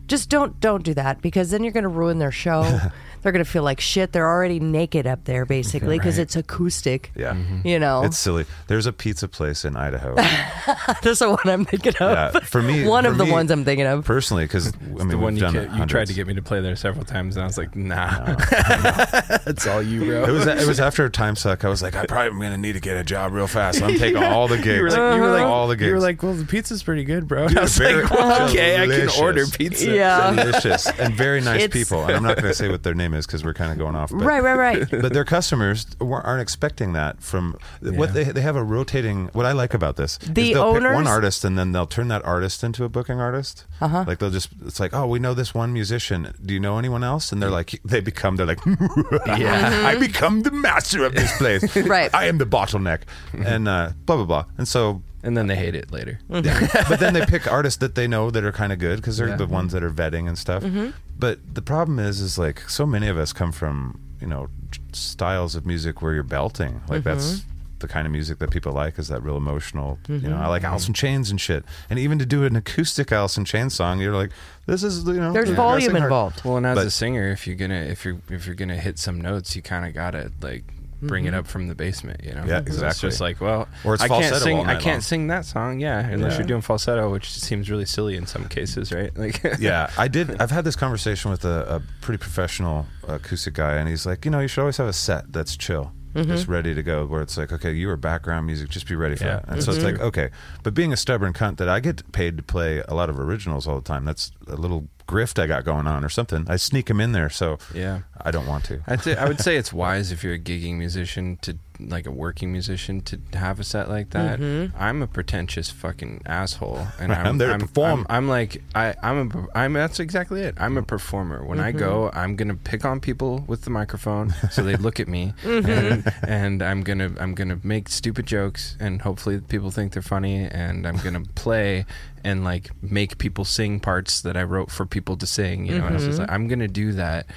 Just don't don't do that because then you're going to ruin their show. They're going to feel like shit. They're already naked up there basically because it's acoustic. Yeah. You know, It's silly. There's a pizza place in Idaho. that's the one I'm thinking of. Yeah, for me, one for of the me- ones I'm thinking of. personally because I mean the we've one you, done ca- it you tried to hundreds. get me to play there several times, and I was like, nah, that's all you, bro. It was it was after a time suck. I was like, I probably am gonna need to get a job real fast. I'm taking all the gigs. You were like, you were like, all the gigs. You were like, well, the pizza's pretty good, bro. Dude, I was very like, well, okay, I delicious. can order pizza. Yeah. delicious and very nice It's- people. And I'm not gonna say what their name is because we're kind of going off. But, Right, right, right. But their customers wa- aren't expecting that from what they they have a rotating. What I like about this, is The they'll pick one owners- artist and then they'll turn that artist into a booking artist. Uh-huh. Like they'll just it's like, oh, we know this one musician. Do you know anyone else? And they're like, they become they're like, yeah, I become the master of this place. Right. I am the bottleneck, and uh, blah blah blah. And so And then they hate it later. Mm. but then they pick artists that they know that are kind of good because they're Yeah. the ones that are vetting and stuff. Mm-hmm. But the problem is, is Mm-hmm. like so many of us come from you know j- styles of music where you're belting, like that's the kind of music that people like is that real emotional. Mm-hmm. You know, I like Alice in Chains and shit. And even to do an acoustic Alice in Chains song, you're like, this is you know, There's progressing volume hard. involved. Well, and as But- a singer, if you're gonna if you're if you're gonna hit some notes, you kind of gotta like bring Mm-hmm. it up from the basement, you know? Yeah, So It's exactly. just like, well, Or it's I can't falsetto sing. all I night can't long. sing that song, yeah, unless Yeah. you're doing falsetto, which seems really silly in some cases, right? Like, yeah, I did. I've had this conversation with a, a pretty professional acoustic guy, and he's like, you know, you should always have a set that's chill, just ready to go, where it's like, okay, you are background music, just be ready for Yeah, that. And so it's like, okay, but being a stubborn cunt that I get paid to play a lot of originals all the time, that's a little grift I got going on or something. I sneak them in there, so Yeah. I don't want to. I'd say, I would say it's wise if you're a gigging musician to like a working musician to have a set like that. I'm a pretentious fucking asshole, and I'm, I'm there to perform. I'm, I'm like I, I'm a I'm that's exactly it. I'm a performer. When I go, I'm gonna pick on people with the microphone so they look at me, and, and I'm gonna I'm gonna make stupid jokes, and hopefully people think they're funny, and I'm gonna play and like make people sing parts that I wrote for people to sing. You know, and I was just like, I'm gonna do that.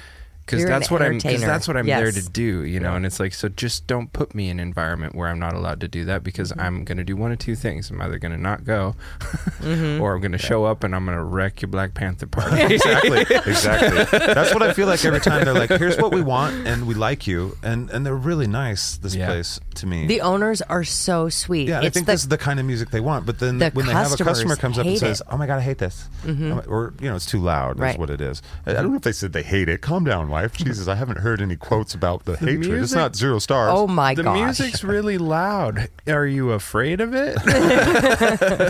Because You're an that's what I'm. Because entertainer. that's what I'm there Yes. to do, you know. And it's like, so just don't put me in an environment where I'm not allowed to do that Mm-hmm. because I'm going to do one of two things. I'm either going to not go, Mm-hmm. or I'm going to show up and I'm going to wreck your Black Panther party. exactly, exactly. That's what I feel like every time. They're like, here's what we want, and we like you, and and they're really nice. This Yeah. place to me. The owners are so sweet. Yeah, it's I think the, this is the kind of music they want. But then the when they have a customer customers comes up and hate says, it. Mm-hmm. "Oh my god, I hate this," or you know, it's too loud. That's Right. what it is. I I don't know if they said they hate it. Calm down, wife. Jesus, I haven't heard any quotes about the, hatred. It's music- not zero stars. oh my the gosh. music's really loud. Are you afraid of it?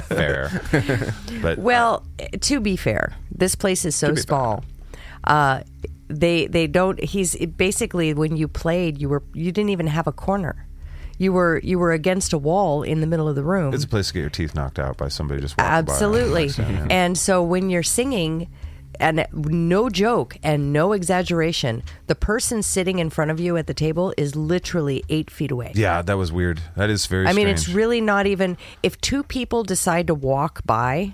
fair. but Well, to be fair, this place is so be fair. small. Uh, they they don't. He's basically when you played, you were you didn't even have a corner. You were you were against a wall in the middle of the room. it's a place to get your teeth knocked out by somebody just walking by. Absolutely. And so when you're singing, and no joke and no exaggeration, the person sitting in front of you at the table is literally eight feet away. Yeah, that was weird. That is very. I mean, it's strange. really not even. If two people decide to walk by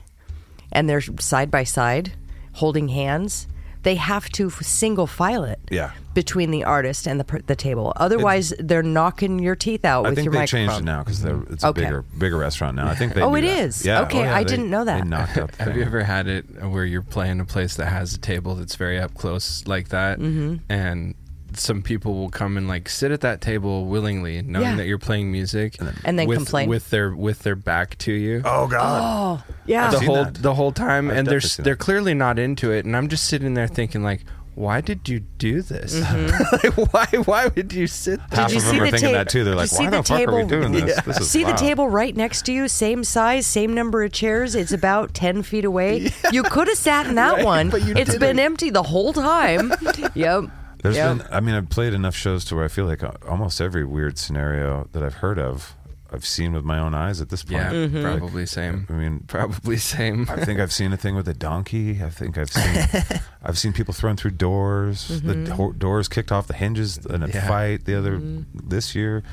and they're side by side holding hands, they have to f- single file it. Yeah. Between the artist and the, per- the table. Otherwise, they're knocking your teeth out I Oh, with think your they microphone. changed it now because it's Okay. a bigger bigger restaurant now. I think they. Oh, it it is. is? Okay, I didn't know that. They knocked out the Have thing. you ever had it where you're playing a place that has a table that's very up close like that, Mm-hmm. and some people will come and like sit at that table willingly, knowing Yeah. that you're playing music, And then with, complain. with their with their back to you. Oh God. Yeah. the seen whole that. the whole time, I've and they're definitely seen they're that. clearly not into it. And I'm just sitting there thinking like, why did you do this? like, why why would you sit there? Half you of them see are the thinking ta- that too. They're did like, you "Why see the, the fuck are we table- doing this? This is See the wild." table right next to you, same size, same number of chairs. It's about ten feet away. You could have sat in that one. but you It's been empty the whole time. yep. There's Yep. been, I mean, I've played enough shows to where I feel like a- almost every weird scenario that I've heard of, I've seen with my own eyes at this point. Yeah, Like, probably same. I mean, Probably same. I think I've seen a thing with a donkey. I think I've seen, I've seen people thrown through doors. The do- doors kicked off the hinges in a Mm-hmm. Yeah. Mm-hmm. fight. The other this year,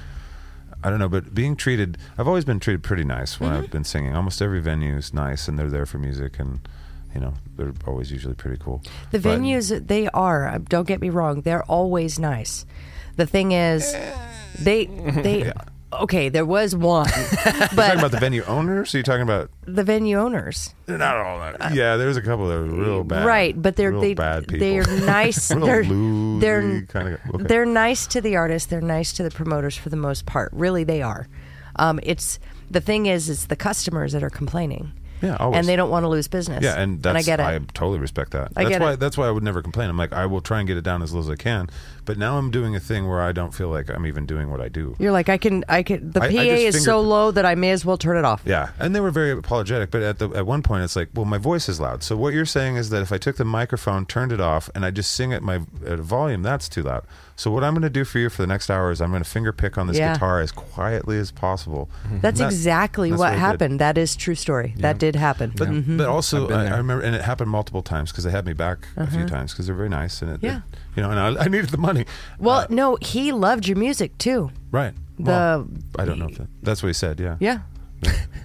I don't know. But being treated, I've always been treated pretty nice Mm-hmm. when I've been singing. Almost every venue is nice, and they're there for music, and you know, they're always usually pretty cool. The But- venues they are. uh, Don't get me wrong. They're always nice. The thing is, they they. Okay, there was one, Talking but about the venue owners, are you talking about the venue owners, Not all that. Yeah, there's a couple that are real bad. right? But they're real they bad people. they're nice. Real they're loosey they're kinda- okay. they're nice to the artists. They're nice to the promoters for the most part. Really, they are. Um, it's the thing is, it's the customers that are complaining. Yeah, always. and they don't want to lose business. Oh, yeah, and that's I get it. totally respect that. I that's get why it. that's why I would never complain. I'm like I will try and get it down as low as I can. But now I'm doing a thing where I don't feel like I'm even doing what I do. You're like, I can, I can. The I- I PA just is so finger- low that I may as well turn it off. Yeah, and they were very apologetic. But at the at one point, it's like, well, my voice is loud. So what you're saying is that if I took the microphone, turned it off, and I just sing at my at a volume, that's too loud. So what I'm going to do for you for the next hour is I'm going to finger pick on this Yeah. guitar as quietly as possible. Mm-hmm. That's And that- exactly Mm-hmm. that's what I did. happened. That is true story. That did happen. But, but also, I've been I, I there. remember, and it happened multiple times because they had me back a few times because they're very nice, and it, Uh-huh. Yeah. it- you know, and I, I needed the money, well, Uh, no, he loved your music too. right? The Well, I don't know if that, that's what he said. Yeah, yeah.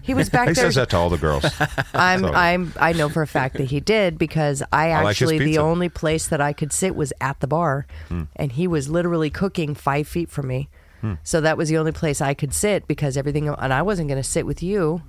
He was back He there. says that to all the girls. I'm, So- I'm, I know for a fact that he did because I I like his actually the pizza. Hmm. only place that I could sit was at the bar, and he was literally cooking five feet from me, So that was the only place I could sit because everything, and I wasn't going to sit with you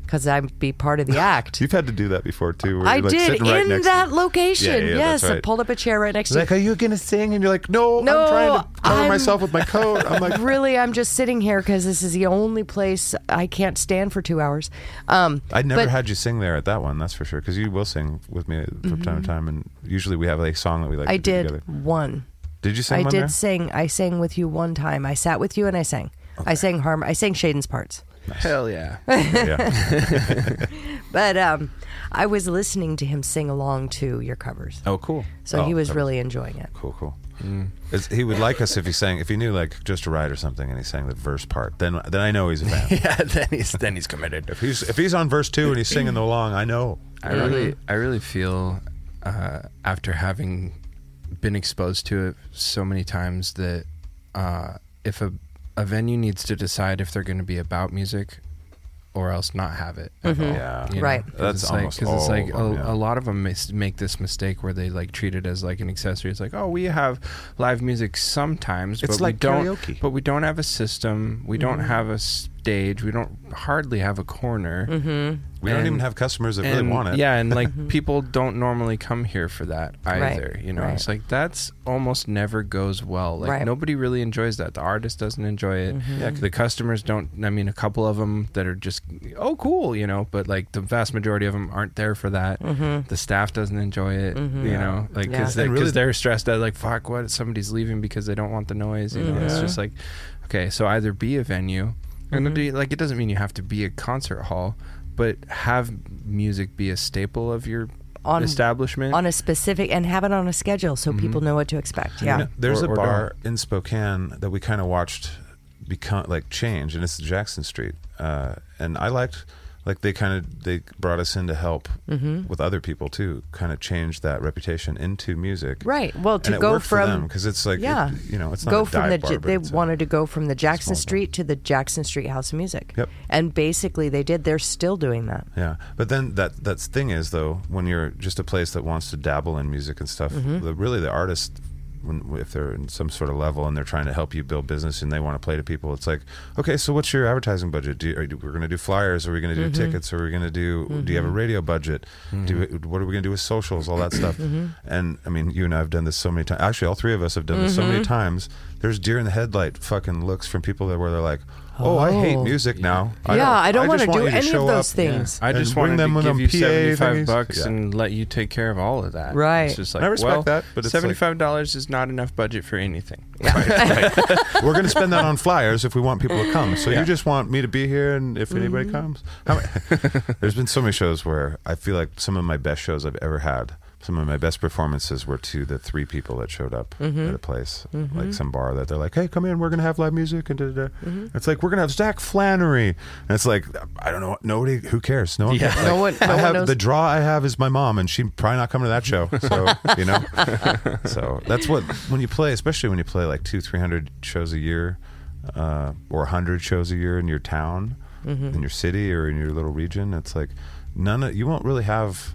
because I'd be part of the act. You've had to do that before too. Where I you're, like, did sitting right in next to- that location. Yeah, yeah, yes, that's I right. pulled up a chair right next It's to. like, are you gonna sing? And you're like, no, No, I'm trying to cover I'm- myself with my coat. I'm like, really, I'm just sitting here because this is the only place I can't stand for two hours. Um, I never but- had you sing there at that one, that's for sure. Because you will sing with me from time to time, and usually we have a song that we like. Mm-hmm. I to do did together. one. Did you sing I one did there? sing. I sang with you one time. I sat with you and I sang. I sang harm. I sang Shaden's parts. Hell yeah. yeah. But um, I was listening to him sing along to your covers, Oh, cool. Mm. so Oh, he was covers. really enjoying it. Cool, cool. It's- He would like us if he sang if he knew like just a ride or something, and he sang the verse part. Then then I know he's a fan. Yeah, then he's then he's committed. if he's if he's on verse two and he's singing along, I know. I really, I really feel uh, after having been exposed to it so many times that uh, if a a venue needs to decide if they're going to be about music or else not have it at all, Yeah. you Mm-hmm. Right. 'Cause That's it's like, almost 'cause it's all like of them, a, yeah. a lot of them mis- make this mistake where they like treat it as like an accessory. It's like, oh, we have live music sometimes, It's but we like don't. karaoke. But we don't have a system. We don't have a stage. We don't hardly have a corner. We don't And- even have customers that really And- want it. Yeah, and like people don't normally come here for that Mm-hmm. Right, either. You know, right. it's like that's almost never goes well. Like Right. Mm-hmm. nobody really enjoys that. The artist doesn't enjoy it. Yeah, The customers don't. I mean, a couple of them that are just oh cool, you know, but like the vast majority of them aren't there for that. The staff doesn't enjoy it. You know, Mm-hmm. like Yeah. because And they, really- are stressed out. Like fuck, what somebody's leaving because they don't want the noise. You know, it's Yeah. Mm-hmm. just like okay, so either be a venue. And it'd be- like it doesn't mean you have to be a concert hall, but have music be a staple of your On- establishment. On a specific and have it on a schedule Mm-hmm. so people know what to expect. Yeah. You know, there's Or- a or bar in Spokane that we kind of watched become like change, and it's Jackson Street. Uh, and I liked like they kind of they brought us in to help Mm-hmm. with other people too, kind of change that reputation into music. Right. Well, And to it go worked for from because it's like yeah, it- you know it's not go a from the dive bar, but they it's a- wanted to go from the Jackson small bar. Street to the Jackson Street House of Music. Yep. And basically, they did. They're still doing that. Yeah, but then that that thing is though when you're just a place that wants to dabble in music and stuff, Mm-hmm. the, really the artist. When, if they're in some sort of level and they're trying to help you build business and they want to play to people, it's like, okay, so what's your advertising budget? Do you, are you, we're going to do flyers? Are we going to do Mm-hmm. tickets? Are we going to do? Do you have a radio budget? Do we, what are we going to do with socials? All that stuff. Mm-hmm. And I mean, you and I have done this so many times. Actually, all three of us have done this so Mm-hmm. many times. There's deer in the headlight fucking looks from people that where they're like, oh, I hate Oh. music now. yeah, I don't want to do you to any show of those up things. I And just bring wanted them to with give them you PA seventy five thingies. bucks Yeah. and let you take care of all of that. Right. It's just like I respect well, that, but it's like- seventy five dollars is not enough budget for anything. We're going to spend that on flyers if we want people to come. So Yeah. you just want me to be here, and if anybody Mm-hmm. comes, How many- there's been so many shows where I feel like some of my best shows I've ever had, some of my best performances were to the three people that showed up Mm-hmm. at a place, like some bar that they're like, "Hey, come in, we're going to have live music," and da, da, da. Mm-hmm. it's like we're going to have Zach Flannery, and it's like I don't know, nobody, who cares? No one. Yeah. cares. Like, No one- no I one have knows. the draw I have is my mom, and she probably not coming to that show. So you know, so that's what when you play, especially when you play like two, three hundred shows a year, uh, or hundred shows a year in your town, in your city, or in your little region. It's like none of you won't really have.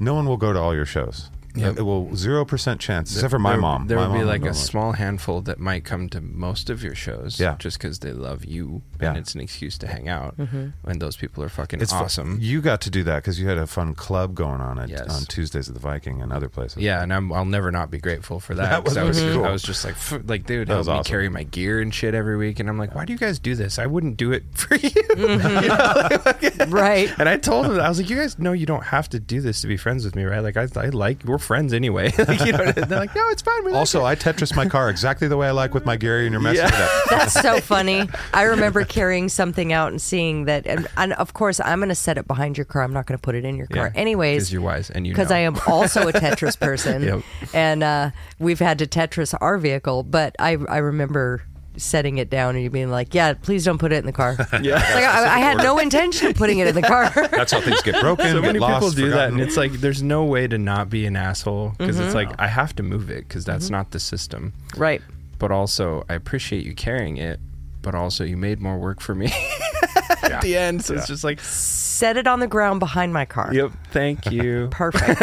No one will go to all your shows. Yep. It will zero percent chance, except for my there, mom. There My would be mom like would a go. small handful that might come to most of your shows, Yeah. just because they love you Yeah. and it's an excuse to hang out. Mm-hmm. And those people are fucking fu- awesome. Uh, You got to do that because you had a fun club going on at, Yes. on Tuesdays at the Viking and other places. Yeah, and I'm, I'll never not be grateful for that. That 'cause I was was, pretty just, cool. I was just like, "F- like they would That help was me awesome. carry my gear and shit every week, and I'm like, why do you guys do this? I wouldn't do it for you. You know, like- Mm-hmm. Right. and I told them, I was like, you guys know you don't have to do this to be friends with me, right? Like I, I like we're friends anyway. like, you know, and they're like, no, it's fine. We like Also, I Tetris my car exactly the way I like with my Gary and your message. Yeah. up. That's so funny. I remember carrying something out and seeing that, and, and of course, I'm going to set it behind your car. I'm not going to put it in your car, Yeah, anyways. 'cause you're wise and you because know. I am also a Tetris person, Yep. and uh, we've had to Tetris our vehicle. But I, I remember setting it down and you being like, "Yeah, please don't put it in the car." Yeah, like, I, I had no intention of putting it in the car. That's how things get broken. so get many lost, people do that, forgotten. and it's like there's no way to not be an asshole because it's like Mm-hmm. I have to move it because that's not the system. right. but also I appreciate you carrying it, but also you made more work for me at the end. So it's just like set it on the ground behind my car. Yep. Thank you. Perfect.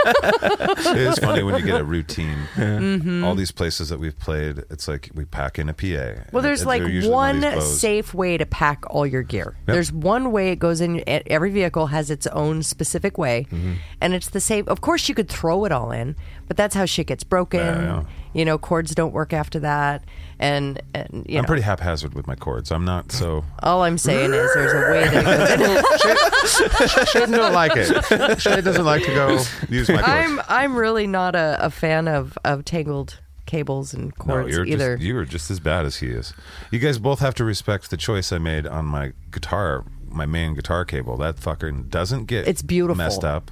It is funny when you get a routine. Mm-hmm. All these places that we've played, it's like we pack in a PA. Well, there's They're like usually one of one these bows. safe way to pack all your gear. There's one way it goes in. e- Every vehicle has its own specific way, Mm-hmm. and it's the same. Of course, you could throw it all in, but that's how shit gets broken. Yeah, yeah. You know, cords don't work after that, and and you I'm know, pretty haphazard with my chords. I'm not so. all I'm saying is there's a way that it goes in. Shane don't like it. Shane doesn't like to go use my chords. I'm I'm really not a, a fan of of tangled cables and no, cords you're either. just you're just as bad as he is. You guys both have to respect the choice I made on my guitar, my main guitar cable. That fucker doesn't get It's beautiful. messed up.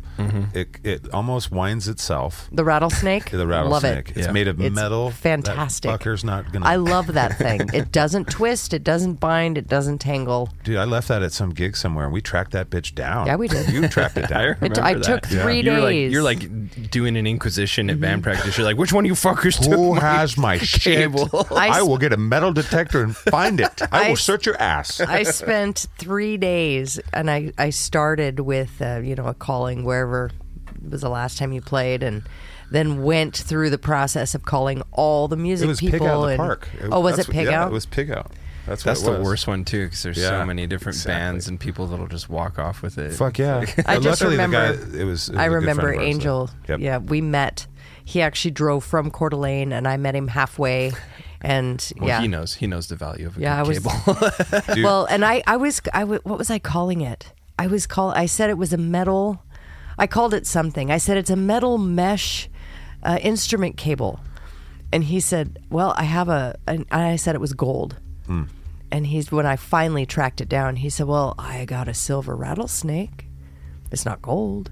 It it almost winds itself. the rattlesnake, The love rattlesnake. it. It's Yeah. made of It's metal. That fantastic. fucker's not gonna. I love that thing. It doesn't twist. It doesn't bind. It doesn't tangle. Dude, I left that at some gig somewhere, and we tracked that bitch down. Yeah, we did. You tracked it down. It, Remember I that. took Yeah. three You're like, days. you're like doing an inquisition at band practice. You're like, which one of you fuckers took Mm-hmm. Who my has my shit? cable? I I, s- will get a metal detector and find it. I, I will s- search your ass. I spent three days, and I I started with uh, you know a calling wherever was the last time you played, and then went through the process of calling all the music it was people. pig out in the and- park. It- oh, was that's it what- pig yeah, out? It was pig out. That's, That's what it the was. worst one too, because there's Yeah, so many different exactly. bands and people that'll just walk off with it. Fuck yeah! I But just luckily the remember. guy. It was. it was a I good friend remember of ours, Angel. so- Yep. Yeah, we met. He actually drove from Coeur d'Alene, and I met him halfway. And Well, yeah, he knows. He knows the value of a Yeah, yeah, I was- cable. Dude. Well, and I, I was, I w- what was I calling it? I was call, I said it was a metal. I called it something. I said it's a metal mesh uh, instrument cable, and he said, "Well, I have a," and I said it was gold. And he's when I finally tracked it down, he said, "Well, I got a silver rattlesnake. It's not gold."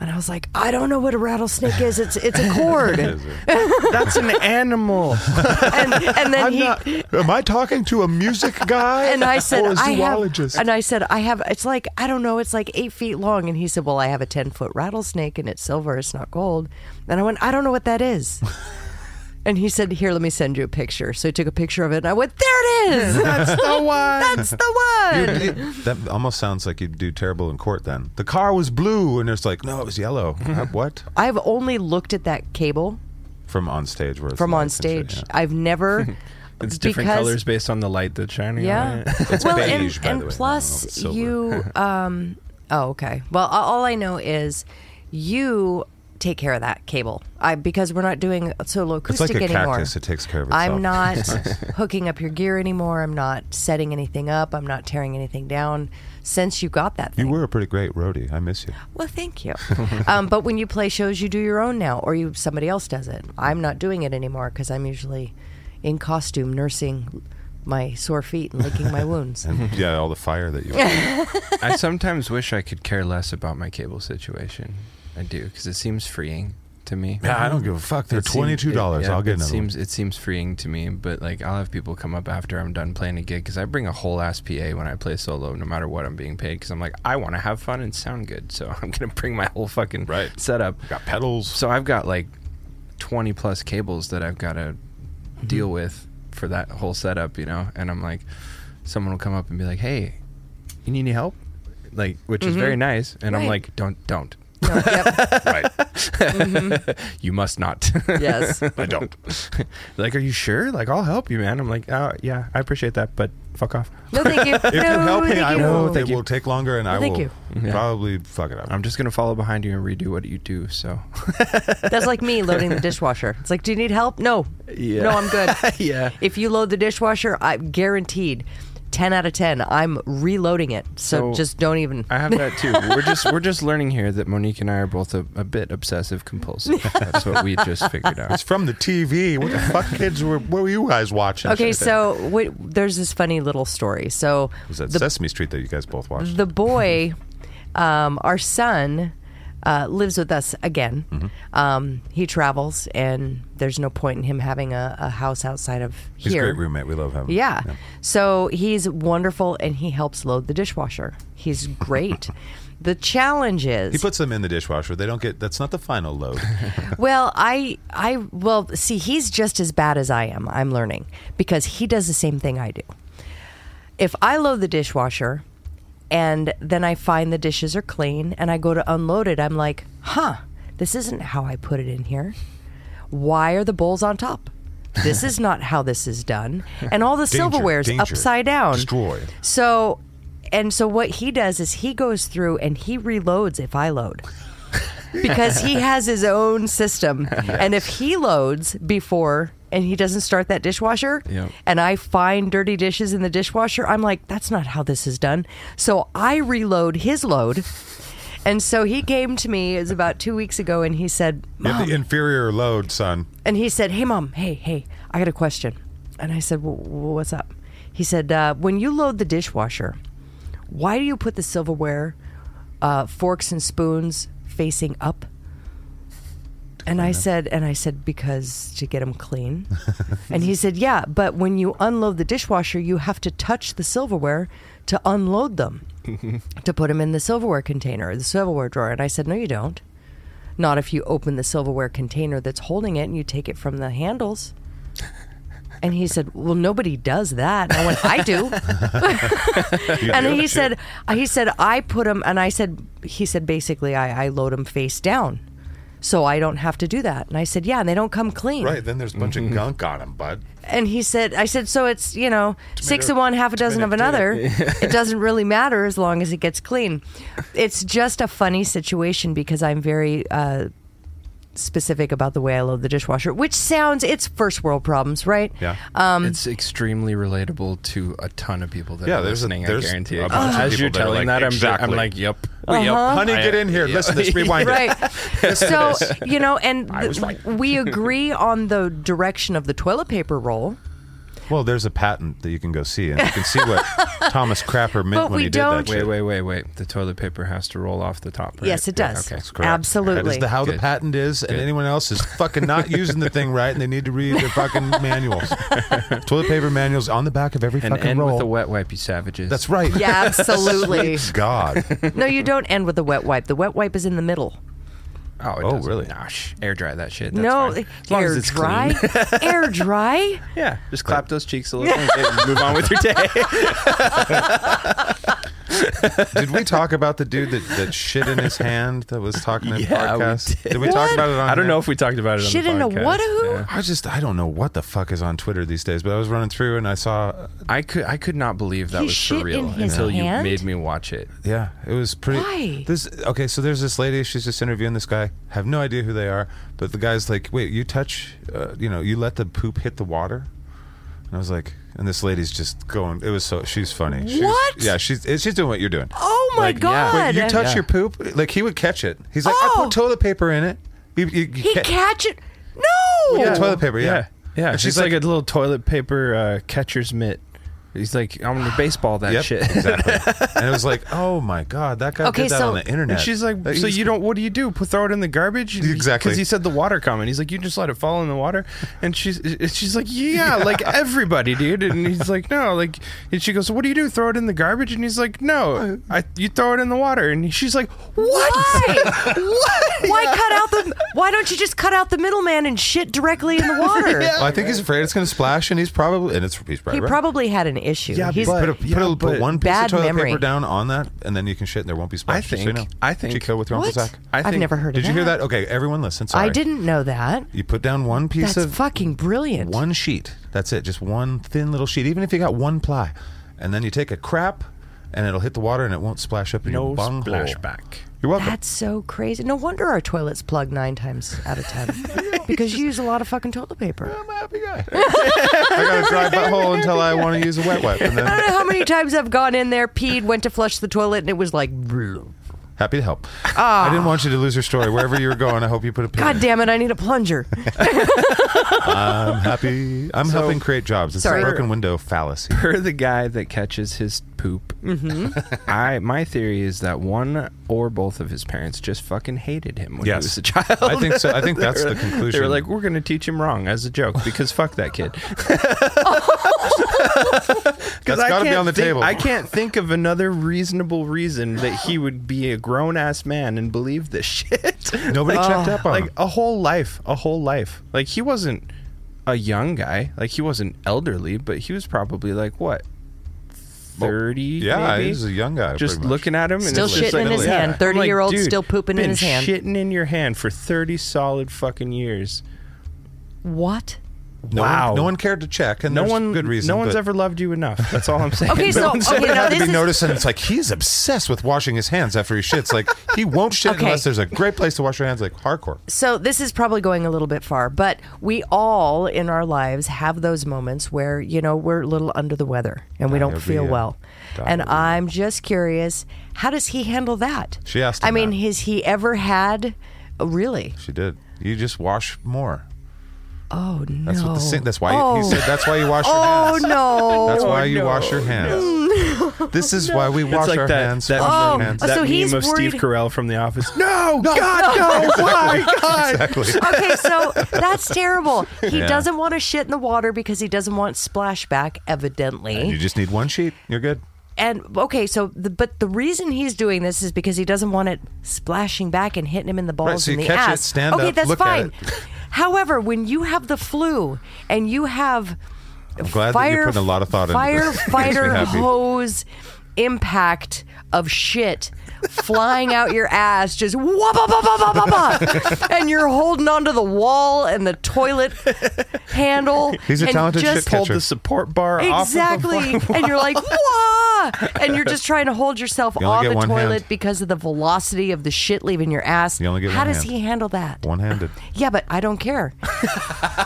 And I was like, "I don't know what a rattlesnake is. It's it's a cord." and, That's an animal. and then I'm he, not. Am I talking to a music guy? and I said, or a I have, zoologist? and I said, I have, it's like, I don't know, it's like eight feet long. And he said, Well, I have a 10 foot rattlesnake and it's silver, it's not gold. And I went, I don't know what that is. and he said, Here, let me send you a picture. So he took a picture of it and I went, There it is. That's the one. That's the one. that almost sounds like you'd do terrible in court. Then the car was blue, and it's like, no, it was yellow. Uh, what? I've only looked at that cable From on stage, where it's from on lights and shit, stage. yeah. I've never. It's different because- colors based on the light that's shining on Yeah. it. It's well, beige, and, by and the way. I plus don't know if it's you. Um, oh, okay. Well, a- all I know is you take care of that cable. I because we're not doing solo It's acoustic like a anymore. cactus. It takes care of itself. I'm not hooking up your gear anymore. I'm not setting anything up. I'm not tearing anything down. Since you got that thing, You were a pretty great roadie. I miss you. well, thank you. um, but when you play shows, you do your own now, or you somebody else does it. I'm not doing it anymore because I'm usually in costume nursing my sore feet and licking my wounds. And yeah, all the fire that you. I sometimes wish I could care less about my cable situation. I do because it seems freeing to me. Yeah, I don't give a fuck. They're It seem- twenty two dollars. it- yeah, I'll get it. another. Seems it seems freeing to me, but like I'll have people come up after I'm done playing a gig because I bring a whole ass PA when I play solo, no matter what I'm being paid. Because I'm like I want to have fun and sound good, so I'm gonna bring my whole fucking Right. setup. one. Got pedals. So I've got like 20 plus cables that I've got to deal with for that whole setup, you know? And I'm like, someone will come up and be like, hey, you need any help? Like, which is very nice. And I'm Right. like, don't, don't. No, yep. right. You must not. Yes. I don't. like, are you sure? Like, I'll help you, man. I'm like, oh, yeah, I appreciate that, but fuck off. No, thank you. If you help me, I will. No, thank it you. will take longer, and I thank will you. probably fuck it up. I'm just going to follow behind you and redo what you do. So, That's like me loading the dishwasher. It's like, do you need help? No. Yeah. No, I'm good. yeah. if you load the dishwasher, I'm guaranteed 10 out of 10, I'm reloading it. So, So- just don't even. I have that too. We're just we're just learning here that Monique and I are both a, a bit obsessive compulsive. That's what we just It's figured out. from the TV. What the fuck, kids? Were, what were you guys watching? Okay, so wait, there's this funny little story. So, was that the Sesame Street that you guys both watched? the boy, um, our son, uh, lives with us again. Mm-hmm. Um, he travels, and there's no point in him having a, a house outside of He's here. a great roommate. We love him. Yeah. So he's wonderful and he helps load the dishwasher. He's great. the challenge is He puts them in the dishwasher. They don't get. That's not the final load. well, I I well, see he's just as bad as I am. I'm learning because he does the same thing I do. If I load the dishwasher, And then I find the dishes are clean and I go to unload it. I'm like, huh, this isn't how I put it in here. Why are the bowls on top? This is not how this is done. And all the Danger, silverware's danger. upside down. Destroy. So, and so what he does is he goes through and he reloads if I load. Because he has his own system. And if he loads before and he doesn't start that dishwasher Yep. and I find dirty dishes in the dishwasher, I'm like, that's not how this is done. So I reload his load. And so he came to me, it was about two weeks ago, and he said, You have "Mom, the inferior load, son. and he said, "Hey, mom, hey, hey, I got a question." And I said, well, "What's up?" He said, uh, "When you load the dishwasher, why do you put the silverware, uh, forks and spoons facing up?" And I said, "And I said because to get them clean." and he said, "Yeah, but when you unload the dishwasher, you have to touch the silverware to unload them." to put them in the silverware container or the silverware drawer. And I said, No, you don't. Not if you open the silverware container that's holding it and you take it from the handles. And he said, "Well, nobody does that." And I went, "I do." You and do? he Shit. said, "He said I put them." And I said, "He said basically I, I load them face down, so I don't have to do that." And I said, "Yeah, and they don't come clean." Right, then there's a bunch Mm-hmm. of gunk on him, bud. And he said, I said, so it's, you know, six of one, half a dozen of tomato, another. it doesn't really matter as long as it gets clean. It's just a funny situation because I'm very uh, specific about the way I load the dishwasher, which sounds, it's first world problems, right? Yeah. Mm. it's extremely relatable to a ton of people that Yeah, are there's a- listening. there's I guarantee. a it. bunch of As people you're that are telling like, that, I'm, "Exactly." I'm like, yep. Oh, Uh-huh. Honey, get in here. Listen to this. Rewind it. Right. so, you know, and I was th- right. we agree on the direction of the toilet paper roll. Well, there's a patent that you can go see, and you can see what Thomas Crapper meant But when we he did don't- that. Wait, shit. wait, wait, wait. The toilet paper has to roll off the top. Right? Yes, it Yeah, does. Okay. That's correct. Absolutely. That is the, how the Good. patent is, and Good. anyone else is fucking not using the thing right, and they need to read their fucking manuals. Toilet paper manuals on the back of every And fucking end roll. with a wet wipe, you savages. That's right. Yeah, absolutely. God. no, you don't end with a wet wipe. The wet wipe is in the middle. Oh, it Oh, doesn't. really? Nah, shh. air dry that shit. That's No, fine. as long air as it's dry. clean. air dry. yeah, just clap those cheeks a little and move on with your day. Did we talk about the dude that, that shit in his hand that was talking in Yeah, we podcast? did. we talk What? about it on I don't here? know if we talked about it. Shit on in the a podcast. what-a-who? Yeah. I just I don't know what the fuck is on Twitter these days, but I was running through and I saw I could I could not believe that He was shit for real in his until hand? you made me watch it. yeah, it was pretty Why? This okay, so there's this lady, she's just interviewing this guy. Have no idea who they are, but the guy's like, "Wait, you touch uh, you know, you let the poop hit the water?" And I was like, and this lady's just going. It was so she's funny. She's, What? Yeah, she's eh, she's doing what you're doing. Oh my Like, yeah. god! Wait, You touch Yeah. your poop, like he would catch it. He's like, Oh. I put toilet paper in it. You, you, you he ca- catch it? No. Yeah, toilet paper. Yeah, yeah. And She's, like, a little toilet paper uh, catcher's mitt. He's like, I'm gonna baseball that yep, shit. exactly. and it was like, oh my god, that guy Okay, did that so- on the internet. Uh, And she's like, so you don't? What do you do? Put throw it in the garbage? Exactly. Because he said the water coming. He's like, you just let it fall in the water. And she's and she's like, yeah, like everybody, dude. And he's like, no, like. And she goes, what do you do? Throw it in the garbage? And he's like, Uh, no, I you throw it in the water. And she's like, what? Why? Why cut out the? Why don't you just cut out the middleman and shit directly in the water? Well, I think he's afraid it's going to splash, and he's probably and it's he's probably He right. probably had an issue. Yeah, He's, but- put a, put, a, put but one piece bad of toilet memory. paper down on that, and then you can shit, and there won't be I splashes. so you think- know. I think- Chico with your what? uncle Zach. I I've think- never heard of Did you hear that. that? Okay, everyone, listen. Sorry, I didn't know that. You put down one piece That's of fucking brilliant. one sheet. That's it. Just one thin little sheet. Even if you got one ply, and then you take a crap, and it'll hit the water, and it won't splash up in No your bunghole. splashback. You're welcome. That's so crazy. No wonder our toilets plug nine times out of ten because you use a lot of fucking toilet paper. I'm a happy guy. I got a dry butthole until I want to use a wet wipe, and I then don't know how many times I've gone in there, peed, went to flush the toilet, and it was like, happy to help. I didn't want you to lose your story wherever you were going. I hope you put a. pin in Ah. God it. damn it, I need a plunger. I'm happy. I'm helping create jobs. It's Sorry. a broken window fallacy. per the guy that catches his poop. I my theory is that one or both of his parents just fucking hated him when Yes. he was a child. I think so. I think They that's were- the conclusion. They were like, "We're going to teach him wrong as a joke because fuck that kid." That's I gotta be can't on the think- table. I can't think of another reasonable reason that he would be a grown ass man and believe this shit. Nobody checked up on like him. a whole life, a whole life. Like he wasn't a young guy. Like he wasn't elderly, but he was probably like what thirty. yeah, maybe. he's a young guy. Just pretty much. looking at him, and Still it's just shitting in like, his yeah. hand. I'm 30-year-old dude, still pooping in been his hand. Shitting in your hand for thirty solid fucking years. What? No Wow. One, no one cared to check, and No there's one, good reason. no one's but ever loved you enough. That's all I'm saying. Oh, Okay, No so- one's ever- okay, now I'd this be is- noticing it's like he's obsessed with washing his hands after he shits. Like he won't shit Okay. unless there's a great place to wash your hands, like hardcore. So this is probably going a little bit far, but we all in our lives have those moments where, you know, we're a little under the weather and we don't feel Diarrhea. well. And Diarrhea. I'm just curious, how does he handle that? She asked I him mean, that. has he ever had oh, really? She did. You just wash more. Oh no. That's what the sink. That's why he said. That's why you wash your Oh hands. no. That's why Oh, you no, wash your hands. This is why we wash It's like our that, hands. that, wash our Oh, meme, hands. so that he's meme of Steve worried- Carell from The Office. no, no, God, no! Why? God. exactly. okay, so that's terrible. He Yeah. doesn't want to shit in the water because he doesn't want splashback, evidently. You just need one sheet. You're good. and okay, so the, but the reason he's doing this is because he doesn't want it splashing back and hitting him in the balls so and you the catch it, ass. stand okay, up, that's look at fine. it. However, when you have the flu and you have I'm glad that you're putting a lot of thought into this. It makes me firefighter happy. hose impact of shit flying out your ass, just wah, bah, bah, bah, bah, bah, bah. and you're holding onto the wall and the toilet handle. He's a and talented just shit Pulled catcher. the support bar off. Exactly. Of the and you're like, wah! And you're just trying to hold yourself only on get the one toilet hand. because of the velocity of the shit leaving your ass. You only get How one does hand. he handle that? One-handed. Yeah, but I don't care.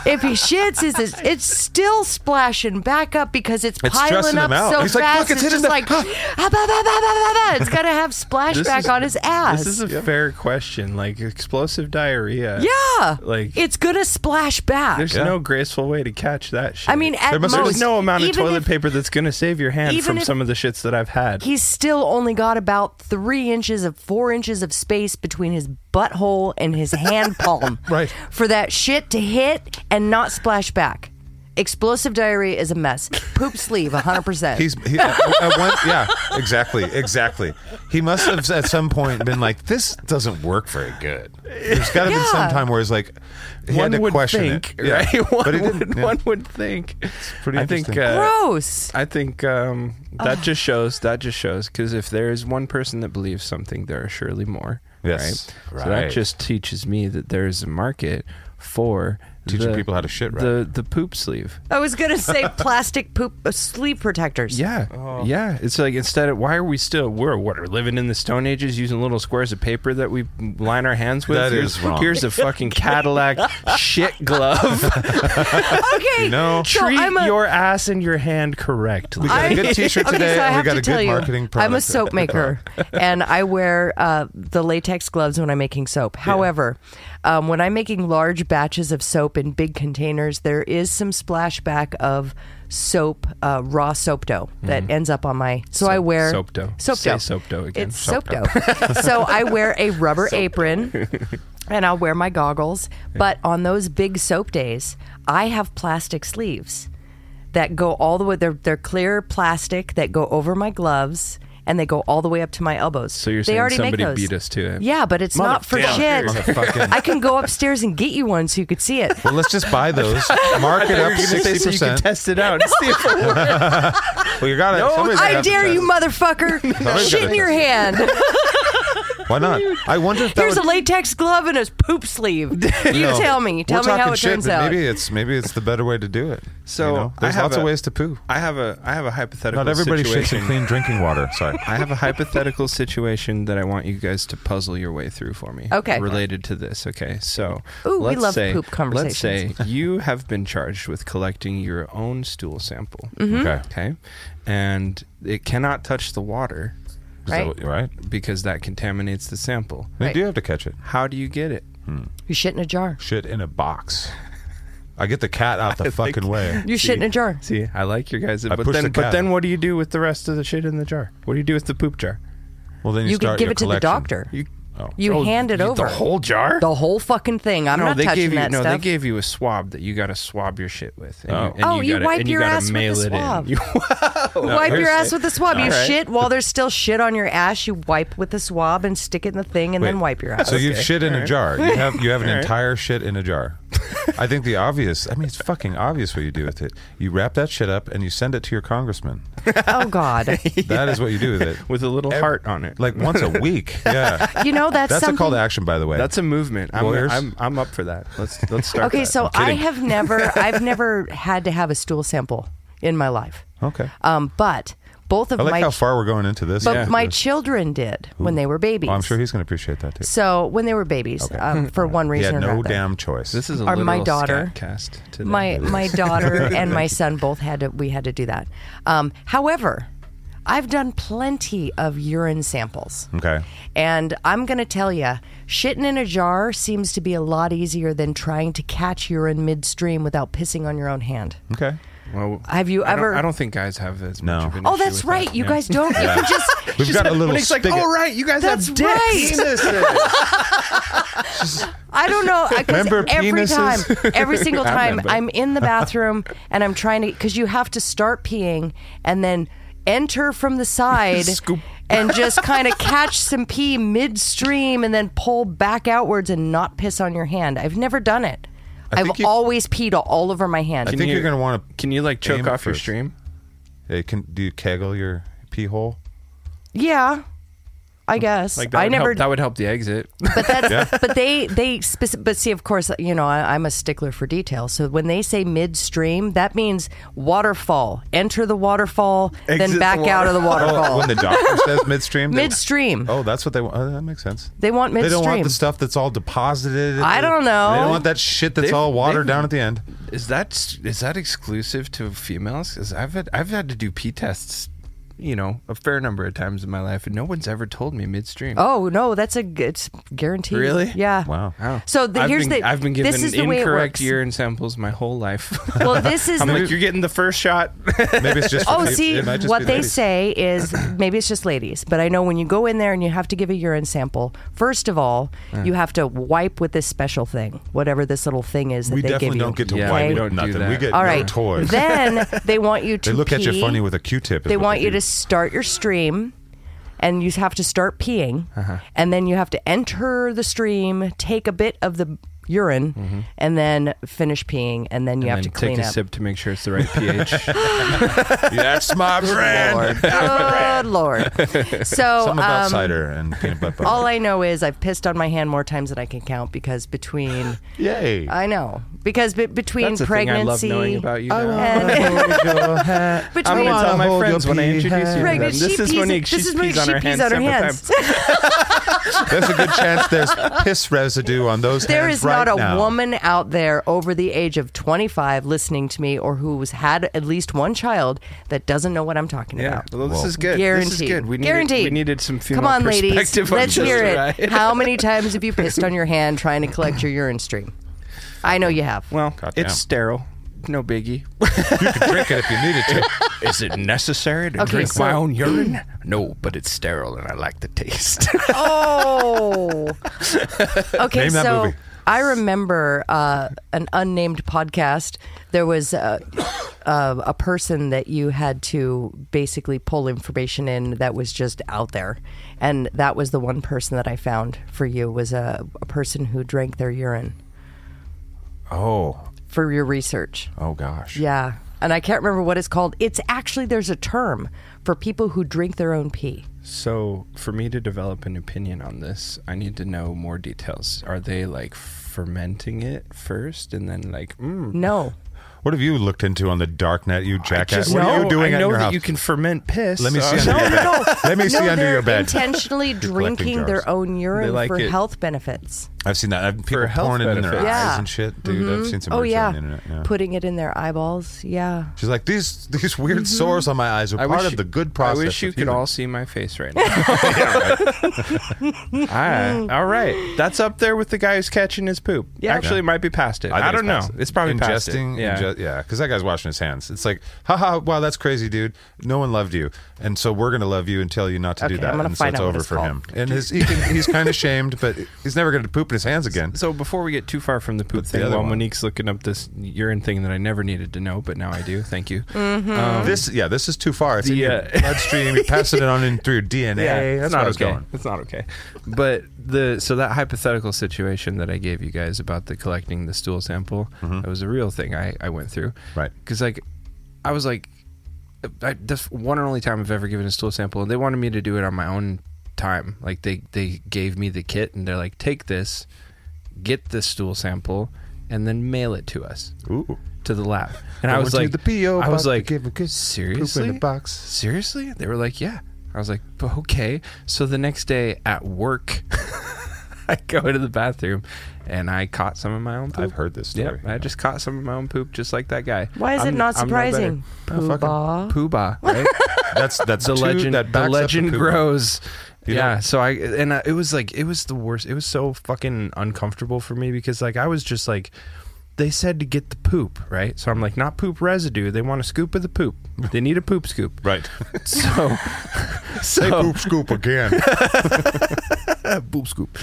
if he shits, is it's, it's still splashing back up because it's, It's piling stressing up him out. so He's like, fast. "Look, it's just hitting the- like, ah, bah, bah, bah, bah, bah, bah, bah. it's gonna have This splashback is- on his ass. This is a fair question. Like explosive diarrhea. yeah, Like- it's gonna splash back. There's Yeah. no graceful way to catch that shit. I mean, at There must- most, there's no amount of even toilet if- paper that's going to save your hand even from if- some of the shits that I've had. he's still only got about three inches of four inches of space between his butthole and his hand palm Right. for that shit to hit and not splash back explosive diarrhea is a mess poop sleeve 100% He's he, at, at one, yeah, exactly, exactly. He must have at some point been like, "This doesn't work very good." There's got to be some Yeah. time where he's like, he one had to would question think, it, Yeah. right? One, but he didn't. would, yeah. one would think. pretty I think. interesting. Uh, gross I think um, that just shows. That just shows because if there is one person that believes something, there are surely more. Yes. Right? So that Right. just teaches me that there is a market for Teaching the- people how to shit right. The the poop sleeve. i was gonna say plastic poop uh, sleeve protectors Yeah, Oh. yeah. It's like instead of why are we still we're what are living in the Stone Ages using little squares of paper that we line our hands with? That here's, is wrong. Here's a fucking Cadillac shit glove. okay know, so Treat I'm a, your ass and your hand correctly. we got a good T-shirt Okay, today. so I and have we got to a tell good you, marketing. I'm a product. soap maker, and I wear uh, the latex gloves when I'm making soap. However, um, when I'm making large batches of soap in big containers, there is some splashback of soap, uh, raw soap dough Mm-hmm. that ends up on my. So I wear soap dough. Soap Say dough. soap dough again. It's soap, dough. so I wear a rubber apron. And I'll wear my goggles, but on those big soap days, I have plastic sleeves that go all the way. They're they're clear plastic that go over my gloves and they go all the way up to my elbows. So you're they saying already somebody make those. beat us to it? Yeah, but it's not for shit. Motherfucking- I can go upstairs and get you one so you could see it. Well, let's just buy those, mark it up sixty so you can percent. test it out. and see if it works. Well, you got it. I dare you, motherfucker! Somebody's Shit gotta in your hand. Why not? I wonder if that Here's a would, latex glove and a poop sleeve. You know, tell me. Tell we're me how talking it shit, turns but out. Maybe it's maybe it's the better way to do it. So, You I know? there's have lots of a- ways to poo. I have a I have a hypothetical. Not everybody situation. shits in clean drinking water. Sorry. I have a hypothetical situation that I want you guys to puzzle your way through for me. Okay. Related to this. Okay. So Ooh, we let's love say, poop conversations. Let's say you have been charged with collecting your own stool sample. Mm-hmm. Okay. Okay. And it cannot touch the water Is Right. that what- right. because that contaminates the sample. They Right. do have to catch it. How do you get it? You shit in a jar. Shit in a box. I get the cat out the think- fucking way. You shit in a jar. See, I like your guys, I but push then the but cat. then what do you do with the rest of the shit in the jar? What do you do with the poop jar? Well, then you, You could start give your it to the collection. doctor. You Oh. You oh, hand it you- over. The whole jar? The whole fucking thing. I'm no, not they touching gave you that no. stuff. They gave you a swab that you got to swab your shit with. And Oh. you, and Oh, you gotta, wipe and you your gotta ass with mail the it in. swab. You- wipe your here's- ass with the swab. You Alright. shit while there's still shit on your ass. You wipe with the swab and stick it in the thing and Wait. then wipe your ass. So you've shit in a jar. You have you have an All right. entire shit in a jar. I think the obvious. I mean, it's fucking obvious what you do with it. You wrap that shit up and you send it to your congressman. Oh God. That is what you do with it. with a little Ev- heart on it. like once a week. Yeah, You know that's, that's a something. call to action, by the way. that's a movement. I'm, Lawyers? I'm I'm up for that. Let's let's start. okay, that. so I'm I kidding. have never, I've never had to have a stool sample in my life. okay. Um, but both of I like my, how far we're going into this. but Yeah. my children did when they were babies. Oh, I'm sure he's going to appreciate that too. So when they were babies, um, for one He reason had or no another, damn choice. this is a Or little my daughter. cast today. my my daughter and my son both had to. We had to do that. Um, however, I've done plenty of urine samples. okay. And I'm going to tell you, shitting in a jar seems to be a lot easier than trying to catch urine midstream without pissing on your own hand. Okay. Well, Have you I don't- ever- I don't think guys have as No. much of an Oh, issue that's with right. that. You Yeah. guys don't. You can just. We've got a little Nick's like, spigot. oh right, you guys That's have dicks. I don't know. I- 'cause Member every penises? time, every single I time, remember. I'm in the bathroom and I'm trying to because you have to start peeing and then enter from the side. Scoop. And just kind of catch some pee midstream and then pull back outwards and not piss on your hand. I've never done it. I I've think you- always peed all over my hand. I think you- you, are going to want to. Can you like choke Aim it off your first. stream? Hey, can do you keggle your pee hole? Yeah, I guess. Like that I would never. help, that would help the exit. but that's. But they they speci- But see, of course, you know I, I'm a stickler for details. So when they say midstream, that means waterfall. Enter the waterfall, Exit the then back out of the Oh, waterfall. when the doctor says midstream. they- midstream. Oh, that's what they want. Oh, that makes sense. They want They don't want midstream. the stuff that's all deposited. I don't know. They don't want that shit that's They've- all watered they've- down at the end. Is that is that exclusive to females? Because I've had I've had to do pee tests, you know, a fair number of times in my life, and no one's ever told me midstream. Oh no, that's a g- it's guaranteed. Really? Yeah. Wow. Wow. So the- I've here's been, the- I've been this given is the way it incorrect works. urine samples my whole life. Well, this is I'm the- like, you're getting the first shot. Maybe it's just. for Oh, peop- see, it might just be what they ladies. say is maybe it's just ladies, but I know when you go in there and you have to give a urine sample, first of all, Mm. you have to wipe with this special thing, whatever this little thing is that We they give definitely you. don't get to Yeah, wipe we with don't do nothing. that. We get all no right. toys. Then they want you to they look at you pee. funny with a Q-tip. is They what want you do. to start your stream, and you have to start peeing, Uh-huh. and then you have to enter the stream, take a bit of the urine, Mm-hmm. and then finish peeing, and then you have and to take clean a up. sip to make sure it's the right pH. That's my Oh, brand. Good lord! So Something about um, oh, cider and peanut butter. butter. All I know is I've pissed on my hand more times than I can count because between Yay. I know because be, between That's the thing I love pregnancy knowing about you. Now. and I'm between gonna tell my hold your friends when I pee introduce you. To them. pregnant, This she is pees, when he, this she is pees when on she her pees hands. on her several hands. times. There's a good chance there's piss residue on those There hands is right not a now. woman out there over the age of 25 listening to me or who's had at least one child that doesn't know what I'm talking Yeah, about. well, this Whoa. is good. Guaranteed. This is good. We needed, Guaranteed. We needed some female Come on, ladies. perspective on Let's this, hear it. right? How many times have you pissed on your hand trying to collect your urine stream? I know you have. Well, Goddamn. it's sterile. No biggie. You could drink it if you needed to. Is it necessary to Okay, drink so- my own urine? No, but it's sterile and I like the taste. Oh. Okay, Name so that movie. I remember uh, an unnamed podcast. There was a, uh, a person that you had to basically pull information in that was just out there, and that was the one person that I found for you was a, a person who drank their urine Oh, for your research. oh gosh. Yeah, and I can't remember what it's called. It's actually there's a term for people who drink their own pee. so, for me to develop an opinion on this, I need to know more details. Are they like fermenting it first and then like, mm, No. What have you looked into on the dark net, you jackass? just What are you know- doing I at know your that house? you can ferment piss. Uh, Let me so- see under your bed. Let me No, see under they're your bed. intentionally collecting drinking jars. their own urine like for it. health benefits. I've seen that. I've people For health pouring it in their benefits. eyes Yeah. and shit, dude. I've seen some. Oh weird shit yeah. on the internet. Yeah. putting it in their eyeballs. Yeah. She's like these these weird Mm-hmm. sores on my eyes are I part wish of the good I process. wish you of could healing. all see my face right now. Ah, all right, that's up there with the guy who's catching his poop. Yeah. Actually, it might be past it. think I, it's don't know. past it. It's probably ingesting. past it. Yeah. inge- that yeah, because that guy's washing his hands. It's like, haha, wow, that's crazy, dude. No one loved you, and so we're gonna love you and tell you not to do Okay, that, I'm gonna and so find it's out what over it's for called. him. And his, he can, he's kind of shamed, but he's never gonna poop in his hands again. So before we get too far from the poop But the thing, other while one- Monique's looking up this urine thing that I never needed to know, but now I do. Thank you. Um, This yeah, this is too far. It's in The, your uh, bloodstream. You're passing it on in through your DNA. That's where I was okay. going. It's not okay. But the so that hypothetical situation that I gave you guys about the collecting the stool sample, that was a real thing I I went through. Mm-hmm. Right. Because like, I was like, I, that's one and only time I've ever given a stool sample, and they wanted me to do it on my own time. Like they they gave me the kit, and they're like, take this, get this stool sample, and then mail it to us Ooh. to the lab. And I Going was to like, the PO I was box to like, give a good seriously, poop in a box." Seriously? They were like, yeah. I was like, "But okay. So the next day at work, I go to the bathroom, and I caught some of my own. poop. I've heard this story, Yep, I yeah. just caught some of my own poop, just like that guy. Why is it I'm- not I'm no better. surprising? Pooh fucking Bah. Poo bah, right? That's that's the two- legend That backs the up legend poop. grows You yeah know- so i and I, it was like it was the worst it was so fucking uncomfortable for me because like i was just like they said to get the poop right so i'm like not poop residue they want a scoop of the poop they need a poop scoop Right. Um, so Say so poop scoop again. poop scoop.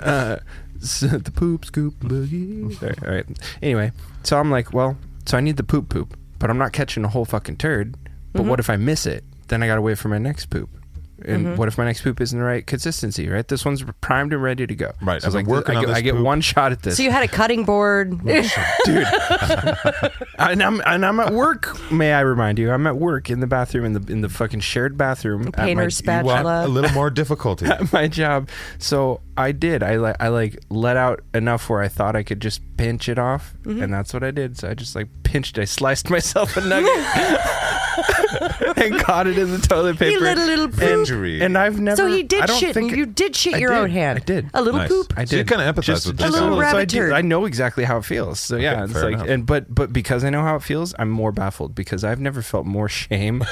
Uh, so the poop scoop boogie. All right, all right. Anyway, so I'm like, well, so I need the poop poop, but I'm not catching a whole fucking turd. But what if I miss it? Then I got to wait for my next poop. And what if my next poop isn't the right consistency? Right, this one's primed and ready to go. Right, so I was I've like, been working working I, on get, this I get poop. one shot at this, So you had a cutting board. dude. and I'm and I'm at work. May I remind you, I'm at work in the bathroom in the in the fucking shared bathroom. at my- Painter's you You want Spatula. a little more difficulty. at my job. So I did. I like I like let out enough where I thought I could just pinch it off, Mm-hmm. and that's what I did. So I just like pinched. I sliced myself a nugget and caught it in the toilet paper. He let a little poop. Injury. And I've never. So he I did don't shit. think it- You did shit I your did. own hand. I did. A little Nice. poop. I did. So you kinda empathize Just- with just this a little guy. so I, rabbit do- turd. I know exactly how it feels. So yeah, it's fair like, enough. and but but because I know how it feels, I'm more baffled because I've never felt more shame.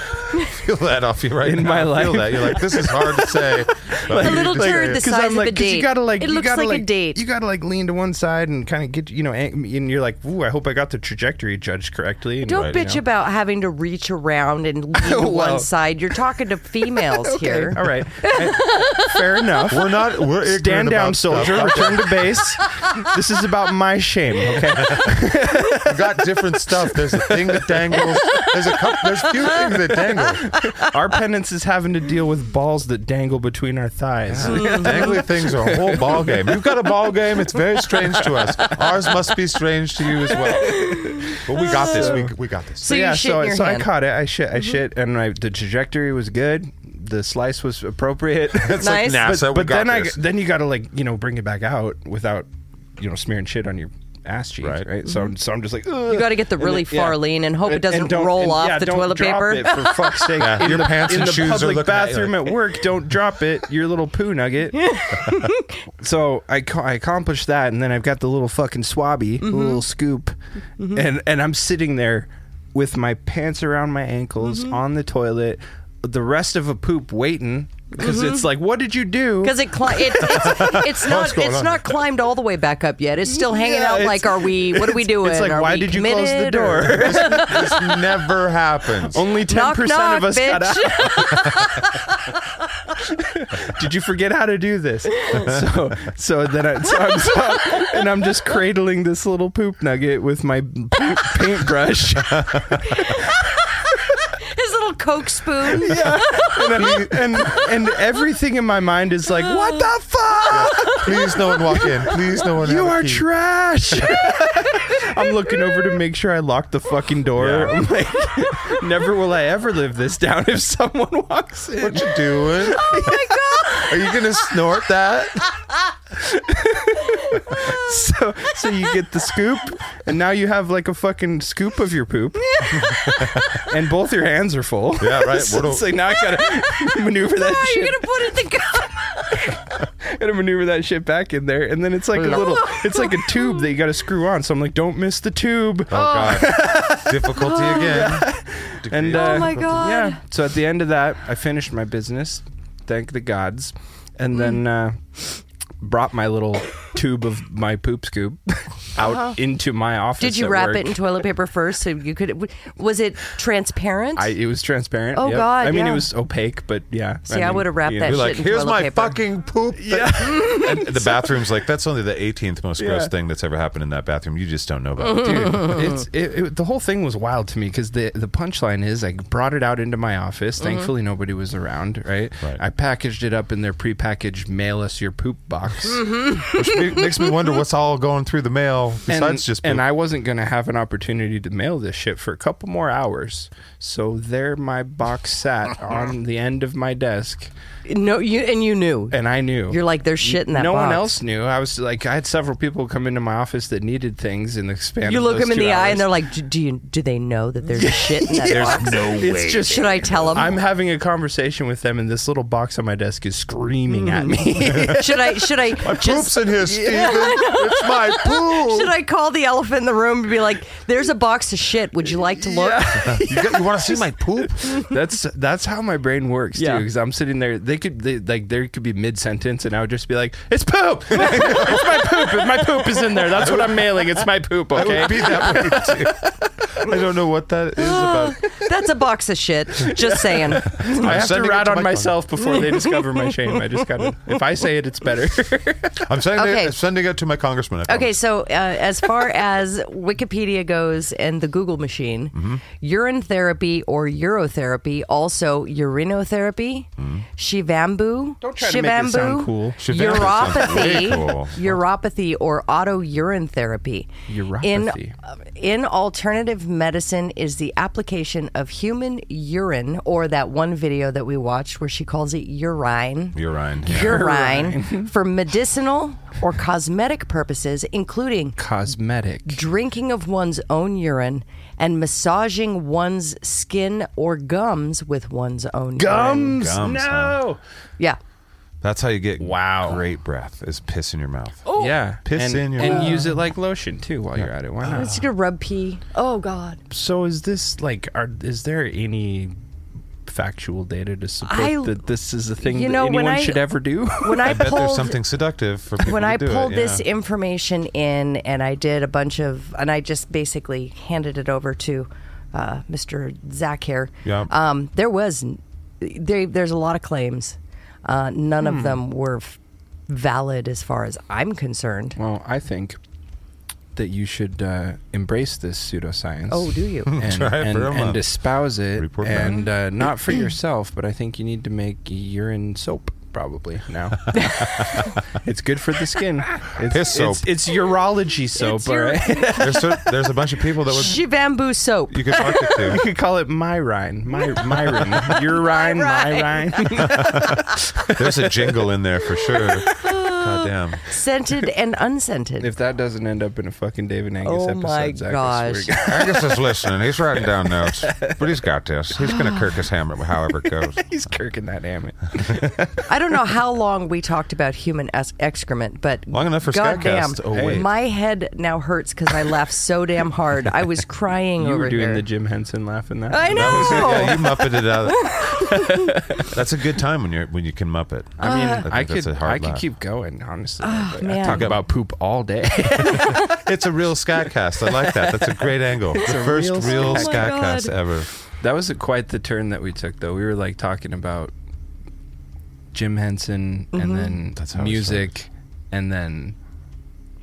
feel that off you right In now. my I feel life. that. You're like, this is hard to say. but A you little just say turd it. the Because size I'm of like, a 'cause date. You gotta like, It you looks gotta, like a date. You gotta like lean to one side and kind of get, you know, ang- and you're like, ooh, I hope I got the trajectory judged correctly. And Don't right, bitch you know. about having to reach around and lean to Well. one side. You're talking to females here. Okay, all right, I- fair enough. We're not. We're ignorant Stand down, about stuff. soldier. Return to base. This is about my shame. Okay. We've got different stuff. There's a thing that dangles. There's a couple. There's a few things that dangle. Our penance is having to deal with balls that dangle between our thighs. Dangly things are a whole ball game. You've got a ball game. It's very strange to us. Ours must be strange to you as well. But we got this. Uh, We, we got this. So you yeah, shit so, in your so I hand. Mm-hmm. caught it. I shit. I shit, and I, the trajectory was good. The slice was appropriate. It's Nice. like but, NASA. we but got then this. I then you got to like you know bring it back out without you know smearing shit on your ass cheeks, right? Right. So I'm so I'm just like Mm-hmm. You got to get the really far lean and hope it doesn't roll off the toilet paper. It, for fuck's sake, Yeah, in your the, pants in and the shoes are public looking at you bathroom at, like- work. Don't drop it, your little poo nugget. so I ca- I accomplished that, and then I've got the little fucking swabby, Mm-hmm. the little scoop, and and I'm sitting there with my pants around my ankles Mm-hmm. on the toilet, the rest of a poop waiting because it's like, what did you Mm-hmm. do? Because it cli- it, it's, it's not going it's on? not climbed all the way back up yet. It's still hanging Yeah, out. it's- Like, are we? What are we it's- doing? It's like, Are why we did you close the committed or- door? this never happens. Only ten Knock percent knock, of us bitch. got out. Did you forget how to do this? So, so then I, so I'm, so, and I'm just cradling this little poop nugget with my paint, paintbrush. His little coke spoon. Yeah. And, I'm- and and everything in my mind is like, what the fuck? Please, no one walk in. Please, no one. You have a are key. trash. I'm looking over to make sure I lock the fucking door. Yeah. I'm like, never will I ever live this down if someone walks in. What you doing? Oh my god! Are you gonna snort that? so so you get the scoop and now you have like a fucking scoop of your poop and both your hands are full Yeah, right. so What do- it's like now i gotta maneuver that Oh, shit you're gonna put it in the cup. gotta maneuver that shit back in there and then it's like a little it's like a tube that you gotta screw on so i'm like don't miss the tube Oh, God. Difficulty again. and Degree. uh, Oh my God. yeah so at the end of that i finished Mm. my business thank the gods and then uh, brought my little tube of my poop scoop out into my office. Uh-huh. Did you at wrap work. it in toilet paper first so you could? w- Was it transparent? I, it was transparent. Oh, yep. God, I mean, yeah. it was opaque, but yeah. See, I would've wrapped You're that shit like, in here's toilet my paper." fucking poop. Yeah. the bathroom's like, that's only the 18th most gross Yeah. thing that's ever happened in that bathroom. You just don't know about it. Dude, it's it, it, the whole thing was wild to me because the the punchline is I brought it out into my office. Mm-hmm. Thankfully, nobody was around. Right? Right. I packaged it up in their prepackaged mail us your poop box. Mm-hmm. Which ma- makes me wonder what's all going through the mail besides and, just poop. and I wasn't going to have an opportunity to mail this shit for a couple more hours. So there, my box sat on the end of my desk, no, you and you knew. and I knew. You're like, there's shit in that. Eh. no one box. else knew. I was like, I had several people come into my office that needed things in the span. You of look those them in two the eye, hours. and they're like, "Do- "Do you? Do they know that there's shit in that box? no way. It's just Should I tell them? I'm having a conversation with them, and this little box on my desk is screaming at me. should I? Should I? My poop's just, in here, Steven. it's my poop. should I call the elephant in the room and be like, "There's a box of shit. Would you like to look?" You, got- you want to see my poop? that's that's how my brain works too. Yeah. Because I'm sitting there, they could they, like there could be mid sentence, and I would just be like, "It's poop. it's my poop. My poop is in there. That's what I'm mailing. It's my poop. I Okay." would be that way too. I don't know what that is about. That's a box of shit. Just saying. I'm I have to sending it rat to on my phone. myself before they discover my shame. I just gotta. If I say it, it's better. I'm sending, Okay. it, I'm sending it to my congressman. I Okay, promise. so uh, as far as Wikipedia goes and the Google machine, Mm-hmm. urine therapy or urotherapy, also urinotherapy, shivambu, Mm-hmm. Don't try to make it sound shivambu, cool. Shivambu sounds uropathy, way cool. uropathy or autourine therapy. Uropathy. In, uh, in alternative medicine is the application of human urine, or that one video that we watched where she calls it urine Urine. Yeah. urine for medicinal or cosmetic purposes, including Cosmetic. drinking of one's own urine and massaging one's skin or gums with one's own urine. Gums. Gums, no. Yeah. That's how you get Wow. Oh, great breath is piss in your mouth. Oh. Yeah. Piss and, in your and mouth. use it like lotion too while you're at it. Why not? It's gonna rub pee. Oh God! Uh, So is this like are is there any factual data to support I- that this is a thing you that know, when anyone I- should ever do? When I, I bet there's pulled something seductive for people when to I do it, pulled this yeah. information in, and I did a bunch of, and I just basically handed it over to uh, Mr. Zach here. Yeah. Um, there was, there, there's a lot of claims. Uh, none Hmm. of them were f- valid as far as I'm concerned. well, I think that you should uh, embrace this pseudoscience. Oh, do you? And, Try it and, for a month. and espouse it, Report back. and uh, not for yourself, but I think you need to make urine soap probably now. it's good for the skin. It's, Piss soap. It's, it's urology soap. It's all ur- right. There's, so, there's a bunch of people that would Shivambu soap. you could talk it to. You could call it myrine, my myrine, urine, myrine. There's a jingle in there for sure. God damn. scented and unscented. If that doesn't end up in a fucking David Angus Oh episode, my Zach, I gosh. swear to God. Angus is listening. He's writing down notes, but he's got this. He's going to kirk his hammer however it goes. he's kirking that damn it. I don't know how long we talked about human es- excrement, but Long enough for goddamn, Skycast. Oh, wait. my head now hurts because I laughed so damn hard. I was crying You over were doing here. the Jim Henson laugh in that. I know. Yeah, you muppet it out. That's a good time when you're when you can muppet. I mean, I, think could, that's a hard I could laugh. keep going. Honestly, But I Ah, man. talk about poop all day. It's a real Skycast. I like that. That's a great angle. the first real real, Skycast. Oh my Skycast God. ever. that was a, quite the turn that we took, though. We were like talking about Jim Henson, Mm-hmm. and then That's how it music, and then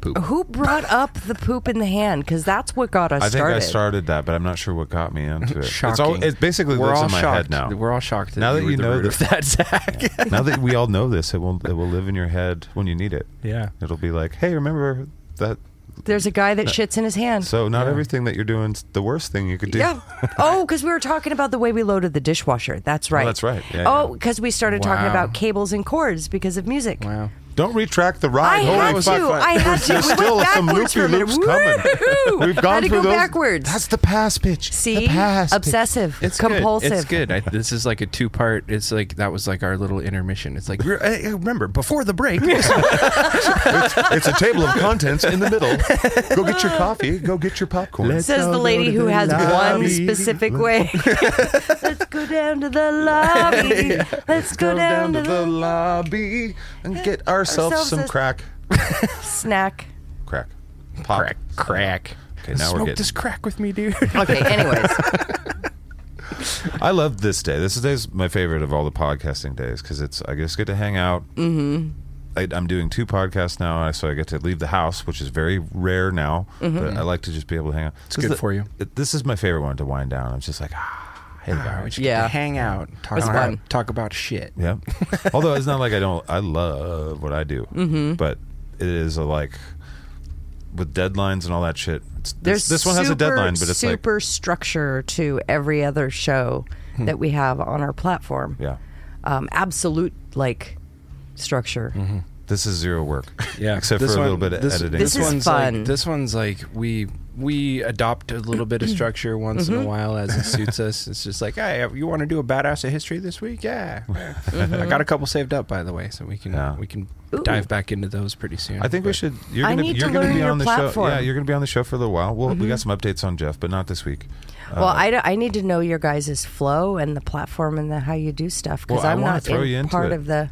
poop. Who brought up the poop in the hand? Because that's what got us I think started. I started that, but I'm not sure what got me into it. It's, Shocking. all, it basically we're lives all in my shocked. head now. We're all shocked. That Now that you, you know know that, Zach. now that we all know this, it will it will live in your head when you need it. yeah. It'll be like, hey, remember that? There's a guy that shits in his hand. So not everything that you're doing's the worst thing you could do. yeah. Oh, because we were talking about the way we loaded the dishwasher. That's right. that's right. Yeah, oh, yeah. because we started talking Wow. about cables and cords because of music. Wow. Don't retract the I ride. Holy had fuck. to. I had to. There's we still went some backwards for a minute. loopy-loops coming. Woo-hoo! We've gone had to through go those. backwards. That's the past bitch. See, the past obsessive, It's compulsive. Good. It's good. I, this is like a two part. It's like that was like our little intermission. It's like we're- I- I remember before the break. It's a table of contents in the middle. Go get your coffee. Go get your popcorn. Let's- Says all the go lady to who the has one lobby. specific way. Let's go down to the lobby. Let's go down, to the. lobby and get ourselves a- crack. Snack. Crack. Pop. Crack, crack. Okay, now we're Smoke getting- this crack with me, dude. Okay, anyways. I love this day. This day's my favorite of all the podcasting days because it's I just get to hang out. Mm-hmm. I, I'm doing two podcasts now, so I get to leave the house, which is very rare now. Mm-hmm. But I like to just be able to hang out. It's good for you. This is my favorite one to wind down. I'm just like, ah, hey, Wow, we guys. just get Yeah. to hang out, talk was about, fun. talk about shit. Yeah. Although it's not like I don't. I love what I do, mm-hmm. but it is a like with deadlines and all that shit. It's, There's this, this one has a super, deadline, but it's super structure to every other show that we have on our platform. like, Hmm. yeah, Um, absolute like structure. Mm-hmm. this is zero work. Yeah, except this for a one- little bit of this- editing. This is one's fun. Like, this one's like we we adopt a little bit of structure once Mm-hmm. in a while as it suits us. It's just like, hey, you want to do a badass of history this week? Yeah, I got a couple saved up by the way, so we can Yeah. we can Mm-hmm. Ooh. dive back into those pretty soon. I think we But should. You're I gonna, need you're to gonna learn be your on the show. platform. Mm-hmm. Yeah, you're going to be on the show for a little while. Well, we got some updates on Jeff, but not this week. Uh, well, I, don't- I need to know your guys' flow and the platform and the how you do stuff because Well, I I'm wanna not throw in you into part it. of the.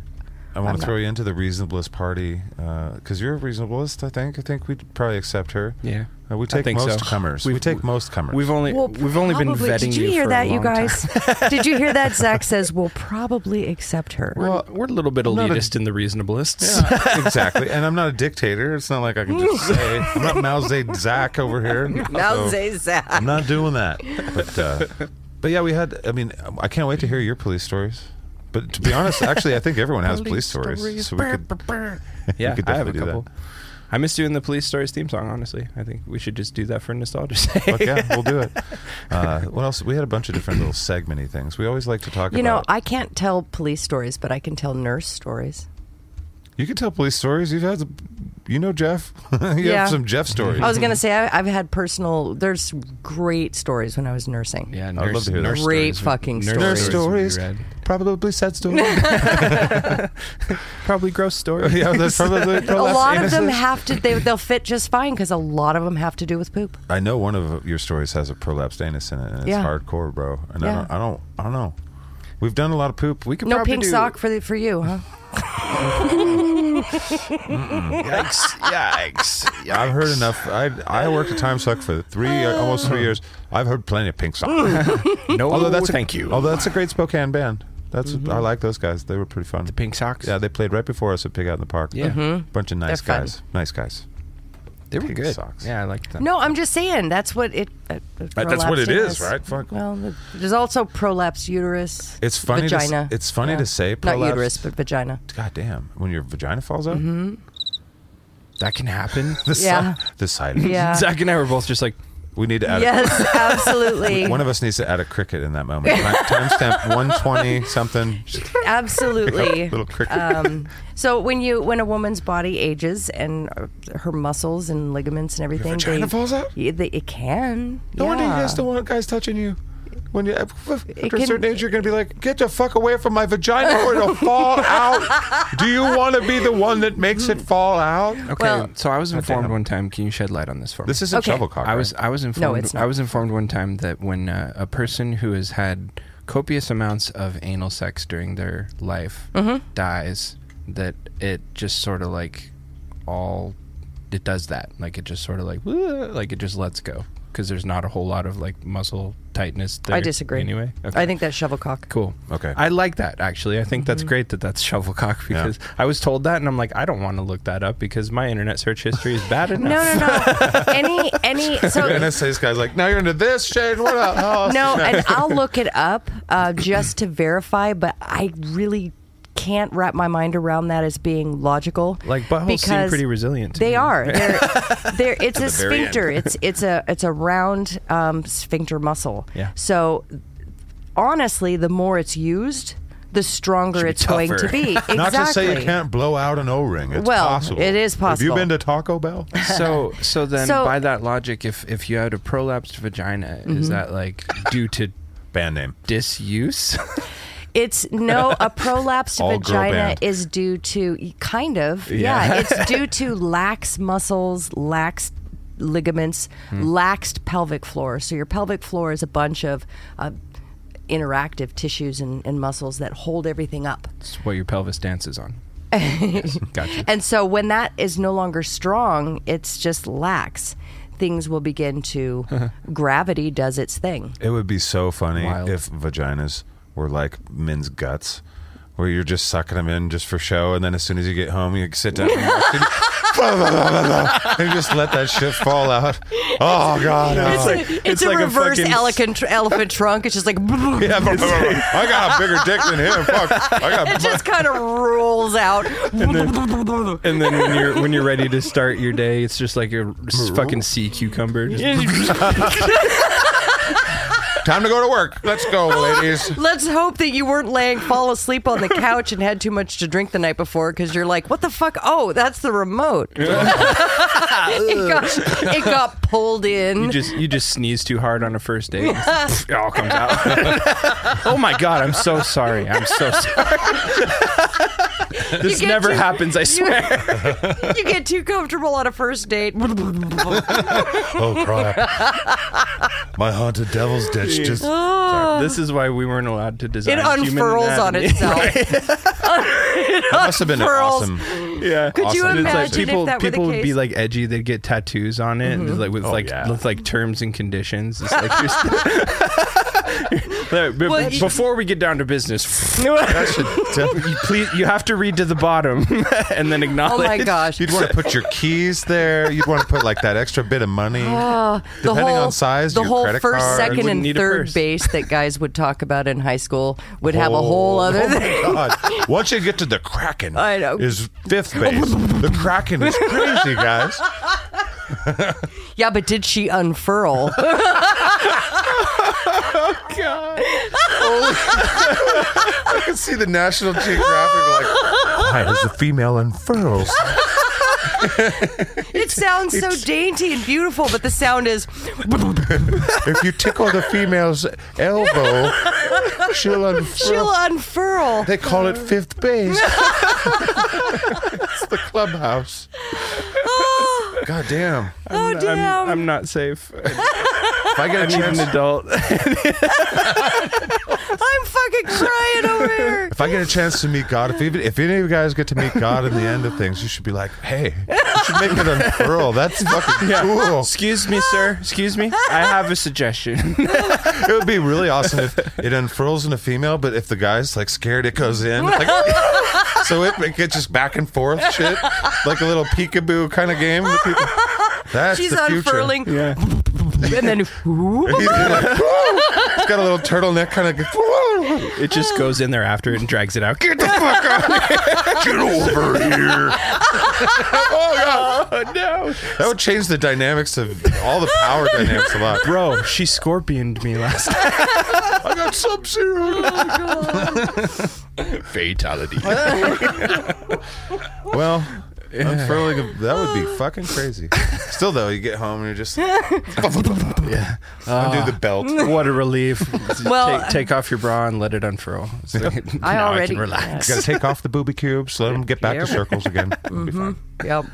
I want I'm to not- throw you into the reasonablest party because you're a reasonablest. I think. I think we'd probably accept her. Yeah. Uh, we I take think most so. comers. we We've- take most comers. We've only Well, we've only been probably- vetting Did you, hear for a that, you long time. guys? Did you hear that? Zach says we'll probably accept her. We're, we're a little bit not a- elitist in the reasonableists. Yeah, exactly. And I'm not a dictator. It's not like I can just say I'm not Mao Zedong over here. Now So, say Zach. I'm not doing that. But uh, but yeah, we had. I mean, I can't wait to hear your police stories. But to be honest, actually, I think everyone has police stories, so we could Yeah, could I have a definitely do couple. I miss doing the police stories theme song. Honestly, I think we should just do that for nostalgia's sake. Fuck yeah, we'll do it. Uh, what else? We had a bunch of different little segmenty things. We always like to talk You know, about. I can't tell police stories, but I can tell nurse stories. you can tell police stories. You've had, you know, Jeff. you Yeah. have some Jeff stories. I was gonna say I, I've had personal. There's great stories when I was nursing. Yeah, love nurse, to hear that. nurse Great stories would- fucking nurse Nurse would be stories, rad. probably sad stories. probably gross stories. yeah, that's probably, A probably lot of them innocent. have to. They, they'll fit just fine because a lot of them have to do with poop. I know one of your stories has a prolapsed anus in it, and it's Yeah. hardcore, bro. And Yeah. I don't, I don't, I don't know. We've done a lot of poop. We could No probably pink do- sock for the, for you, huh? Yikes! Yikes! I've heard enough. I I worked at Time Suck for three, uh, almost three years. I've heard plenty of pink sock. No, although that's a, thank you. Although that's a great Spokane band. That's I like those guys. They were pretty fun. the pink socks. yeah, they played right before us at Pig Out in the Park. Yeah. Mhm. bunch of nice Mm-hmm. They're fun. guys. Nice guys. they were pink good. socks. Yeah, I liked them. No, I'm just saying that's what it. Uh, that's what it prolapsing is, right? Fuck. Well, the- there's also prolapsed uterus. It's funny to s- Vagina. it's funny to say Not prolapsed. uterus, but vagina. God damn, when your vagina falls out, that can happen. the si- Mm-hmm. Yeah. the side. Yeah. Zach and I were both just like, We need to add. a Yes, absolutely. One of us needs to add a cricket in that moment. Time- Timestamp one twenty something. absolutely. Little cricket. um, so when you when a woman's body ages and uh, her muscles and ligaments and everything, vagina they, falls out? Yeah, they, it can. no wonder you yeah. guys don't want guys touching you. When you after It a can- certain age, you're gonna be like, "Get the fuck away from my vagina, or it'll fall out." Do you want to be the one that makes it fall out? okay. Well- so I was informed damn. one time. Can you shed light on this for me? This isn't Okay. shovel cock. I was right? I was informed it's not. I was informed one time that when uh, a person who has had copious amounts of anal sex during their life Mm-hmm. dies that it just sort of like all it does that like it just sort of like "Whoa," like it just lets go because there's not a whole lot of like muscle tightness there I disagree. anyway I think Mm-hmm. that's shovelcock. cool Okay. I like that actually I think that's great that that's shovelcock because I was told that and I'm like I don't want to look that up because my internet search history is bad enough No, no, no. any, any. So And I say this guy's like, "Now you're into this shade. What the hell?" no, and I'll look it up uh, just to verify. But I really can't wrap my mind around that as being logical. like buttholes seem because pretty resilient to They me. are. They're, they're, it's a the very end. sphincter. It's it's a it's a round um, sphincter muscle. Yeah. So honestly, the more it's used, the stronger Should be it's going to tougher. be. Exactly. Not to say you can't blow out an O-ring. It's Well, possible. it is Have you possible. been to Taco Bell? so so then So- by that logic if if you had a prolapsed vagina Mm-hmm. is that like due to Band name. disuse It's no a prolapsed All girl vagina band. is due to kind of Yeah. yeah, it's due to lax muscles, lax ligaments, laxed pelvic floor. So your pelvic floor is a bunch of uh, interactive tissues and, and muscles that hold everything up. it's what your pelvis dances on Gotcha. And so when that is no longer strong, it's just lax. Things will begin to gravity does its thing. It would be so funny Wild. if vaginas were like men's guts, where you're just sucking them in just for show, and then as soon as you get home, you sit down and, you just- and you just let that shit fall out. Oh god! oh. like- it's, it's a like a reverse fucking- elephant elephant trunk. It's just like it Yeah, Oh. I got a bigger dick than him. Fuck! I got. just kind of rolls out. And then when you're when you're ready to start your day, it's just like a s- fucking sea cucumber. Just- Time to go to work. Let's go, ladies. Let's hope that you weren't laying fall asleep on the couch and had too much to drink the night before because you're like, what the fuck? Oh, that's the remote. it, got, it got pulled you in. just you just sneeze too hard on a first date. It all comes out. oh my god, I'm so sorry. I'm so sorry. this get never to- happens, I swear. you get too comfortable on a first date. Oh crap! My haunted devil's ditch just. this is why we weren't allowed to it design. human unfurls on anatomy. itself. Must have been an Unfurls. awesome. Yeah. Could you Awesome. It's imagine like people if that people were the would case? Mm-hmm. be like edgy. They'd get tattoos on it, and it's like with like yeah. with like terms and conditions. It's like just. But- but Well, you- before we get down to business, you please you have to read to the bottom and then oh acknowledge. my gosh. You'd want to put your keys there. You'd want to put like that extra bit of money. the Depending whole, on size, the your whole credit first, card. second, Wouldn't and need a third purse. base that guys would talk about in high school would have a whole other oh thing. My God. Once you get to the Kraken, I know. is fifth base. the Kraken is crazy, guys. Yeah, but did she unfurl? I can see the National Geographic like, why does the female unfurls? it sounds so dainty and beautiful, but the sound is If you tickle the female's elbow, she'll unfurl. she'll unfurl. they call it fifth base. it's the clubhouse. God damn. Oh damn! I'm, I'm not safe. If I get a I'm chance an adult. I'm fucking crying over here. If I get a chance to meet God, if even if any of you guys get to meet God in the end of things, you should be like, "Hey, you should make it unfurl." That's fucking cool. Excuse me, sir. Excuse me. I have a suggestion. It would be really awesome if it unfurls in a female, but if the guy's like scared, it goes in. Like- so it, it gets just back and forth, shit, like a little peekaboo kind of game. With people. That's She's the future. unfurling, yeah. and then whoop. He's like, "Woo!" He's got a little turtleneck kind of. Get It just goes in there after it and drags it out. Get the fuck out! Get over here! oh god. fuck no. That would change the dynamics of all the power dynamics a lot. Bro, she scorpioned me last night. I got Sub Zero. Oh Fatality. Well, unfurling a, that would be fucking crazy. Still though, you get home and you're just Yeah. undo Ah. the belt. You What a relief. uh, Well- take, take off your bra and let it unfurl. It's like, I now already- can relax. gotta take off the booby cubes. Let them get back to circles again. Mm-hmm. It'll be fine. Yep.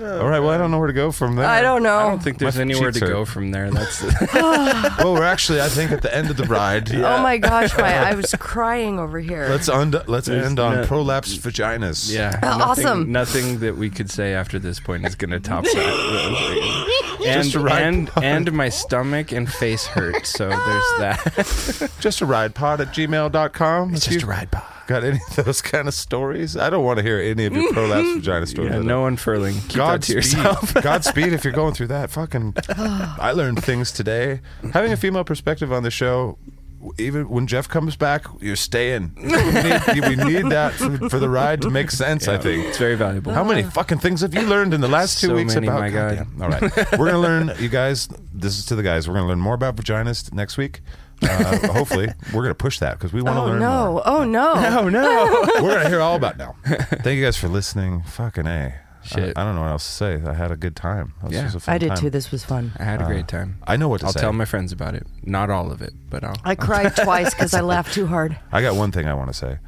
All right. Well, I don't know where to go from there. I don't know. I don't think there's My anywhere cheeks to hurt. go from there. That's Well, we're actually, I think, at the end of the ride. Oh my gosh, my I was crying over here. Let's und- let's end on no- prolapsed vaginas. yeah. Uh, nothing, awesome. Nothing that we could say after this point is gonna top that. and Just a ride and, and my stomach and face hurt. So there's that. Just a ride pod at gmail.com. If you ride by. Got any of those kind of stories? I don't want to hear any of your prolapsed vagina stories. Yeah, I no unfurling. Keep that to Godspeed. yourself. Godspeed if you're going through that. Fucking, I learned things today. Having a female perspective on the show, w- even when Jeff comes back, you're staying. We need, we need that for, for the ride to make sense, I think. It's very valuable. How many fucking things have you learned in the last two So weeks many, about? my God. Goddamn. All right, we're gonna learn, you guys. This is to the guys. We're gonna learn more about vaginas next week. Uh, hopefully, we're gonna push that because we want to Oh learn. more. no! Oh no! Oh no. We're gonna hear all about now. Thank you guys for listening. Fucking a. Shit. I, I don't know what else to say. I had a good time. That was Yeah. just a fun I did time. too. This was fun. I had a great time. Uh, I know what to I'll say. tell my friends about it. Not all of it, but I'll. I cried twice because I laughed too hard. I got one thing I want to say.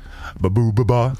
Ba boo ba ba.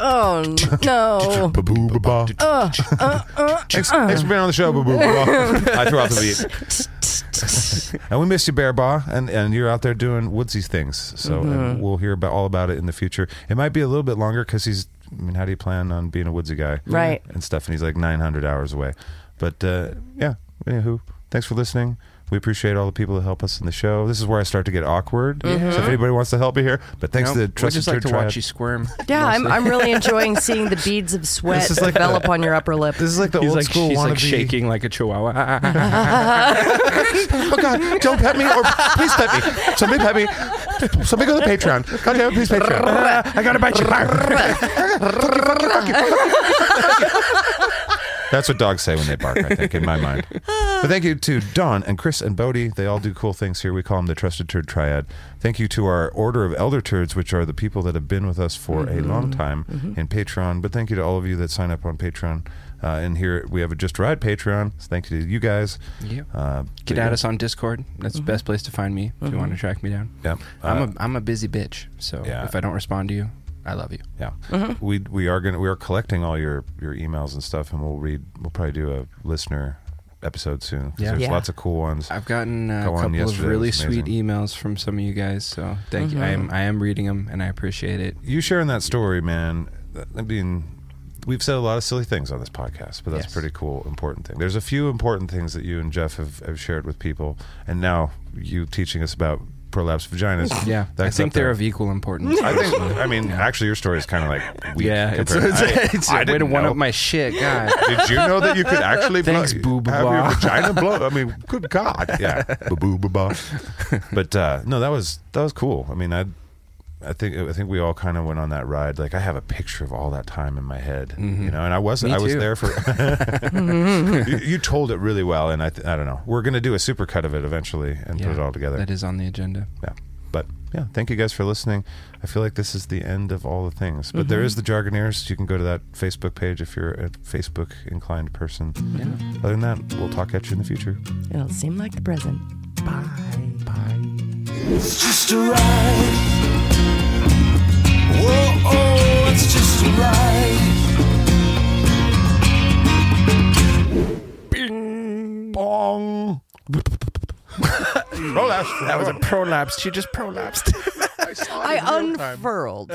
Oh no! Uh, Ba boo ba ba. Thanks Oh. thanks for being on the show, ba boo ba ba. I threw off the beat. and we miss you, Bear Ba, and and you're out there doing woodsy things. So and we'll hear about all about it in the future. It might be a little bit longer because he's I mean, how do you plan on being a woodsy guy, Right. And stuff. And he's like 900 hours away. But uh, yeah, anywho, thanks for listening. We appreciate all the people that help us in the show. This is where I start to get awkward. So if anybody wants to help me here, but thanks to the I trusted just like Turd to Triad- watch you squirm. Yeah, I'm, I'm really enjoying seeing the beads of sweat This is like develop the- on your upper lip. This is like the He's old like, school she's wannabe. like shaking like a chihuahua. Oh God! Don't pet me, or please pet me. Somebody pet me. Somebody go to the Patreon. God damn it, please Patreon. I gotta bite you. Fuck you, fuck you, fuck you, fuck you. That's what dogs say when they bark. I think, in my mind. But thank you to Don and Chris and Bodie. They all do cool things here. We call them the Trusted Turd Triad. Thank you to our Order of Elder Turds, which are the people that have been with us for a long time in Patreon. But thank you to all of you that sign up on Patreon. Uh, and here we have a Just Ride Patreon. So thank you to you guys. Yep. Uh, but Get yeah. at us on Discord. That's the best place to find me if you want to track me down. Mm-hmm. Yep. Uh, I'm a I'm a busy bitch. So Yeah. if I don't respond to you, I love you. Yeah, we we are gonna we are collecting all your your emails and stuff, and we'll read. We'll probably do a listener episode soon. 'cause Yeah. there's Yeah. lots of cool ones. I've gotten uh, Go a on, couple of yesterday was really sweet amazing. Mm-hmm. emails from some of you guys. So thank you. I am I am reading them and I appreciate it. You sharing that story, man. that- I mean, we've said a lot of silly things on this podcast, but that's Yes. a pretty cool, important thing. There's a few important things that you and Jeff have, have shared with people, and now you teaching us about prolapsed vaginas. Yeah, that's I think up there. they're of equal importance. I think. I mean, actually, your story is kind of like weak. yeah, it's, compared- it's, I- it's I a way to didn't one know. up my shit, God. Did you know that you could actually Thanks, blow, boo-ba-ba. have your vagina blow? I mean, good God, yeah, boo boo ba. But uh, no, that was that was cool. I mean, I I think I think we all kind of went on that ride. Like I have a picture of all that time in my head, you know. And I wasn't. Mm-hmm. Me I was too. there for. you, you told it really well, and I th- I don't know. We're gonna do a supercut of it eventually and Yeah, put it all together. That is on the agenda. Yeah. But yeah, thank you guys for listening. I feel like this is the end of all the things. But Mm-hmm. there is the Jargoneers. You can go to that Facebook page if you're a Facebook inclined person. Other than that, we'll talk at you in the future. It'll seem like the present. It's just a ride. Whoa, oh, it's just a ride. Bong. Roll out. That was a prolapse. She just prolapsed. I unfurled.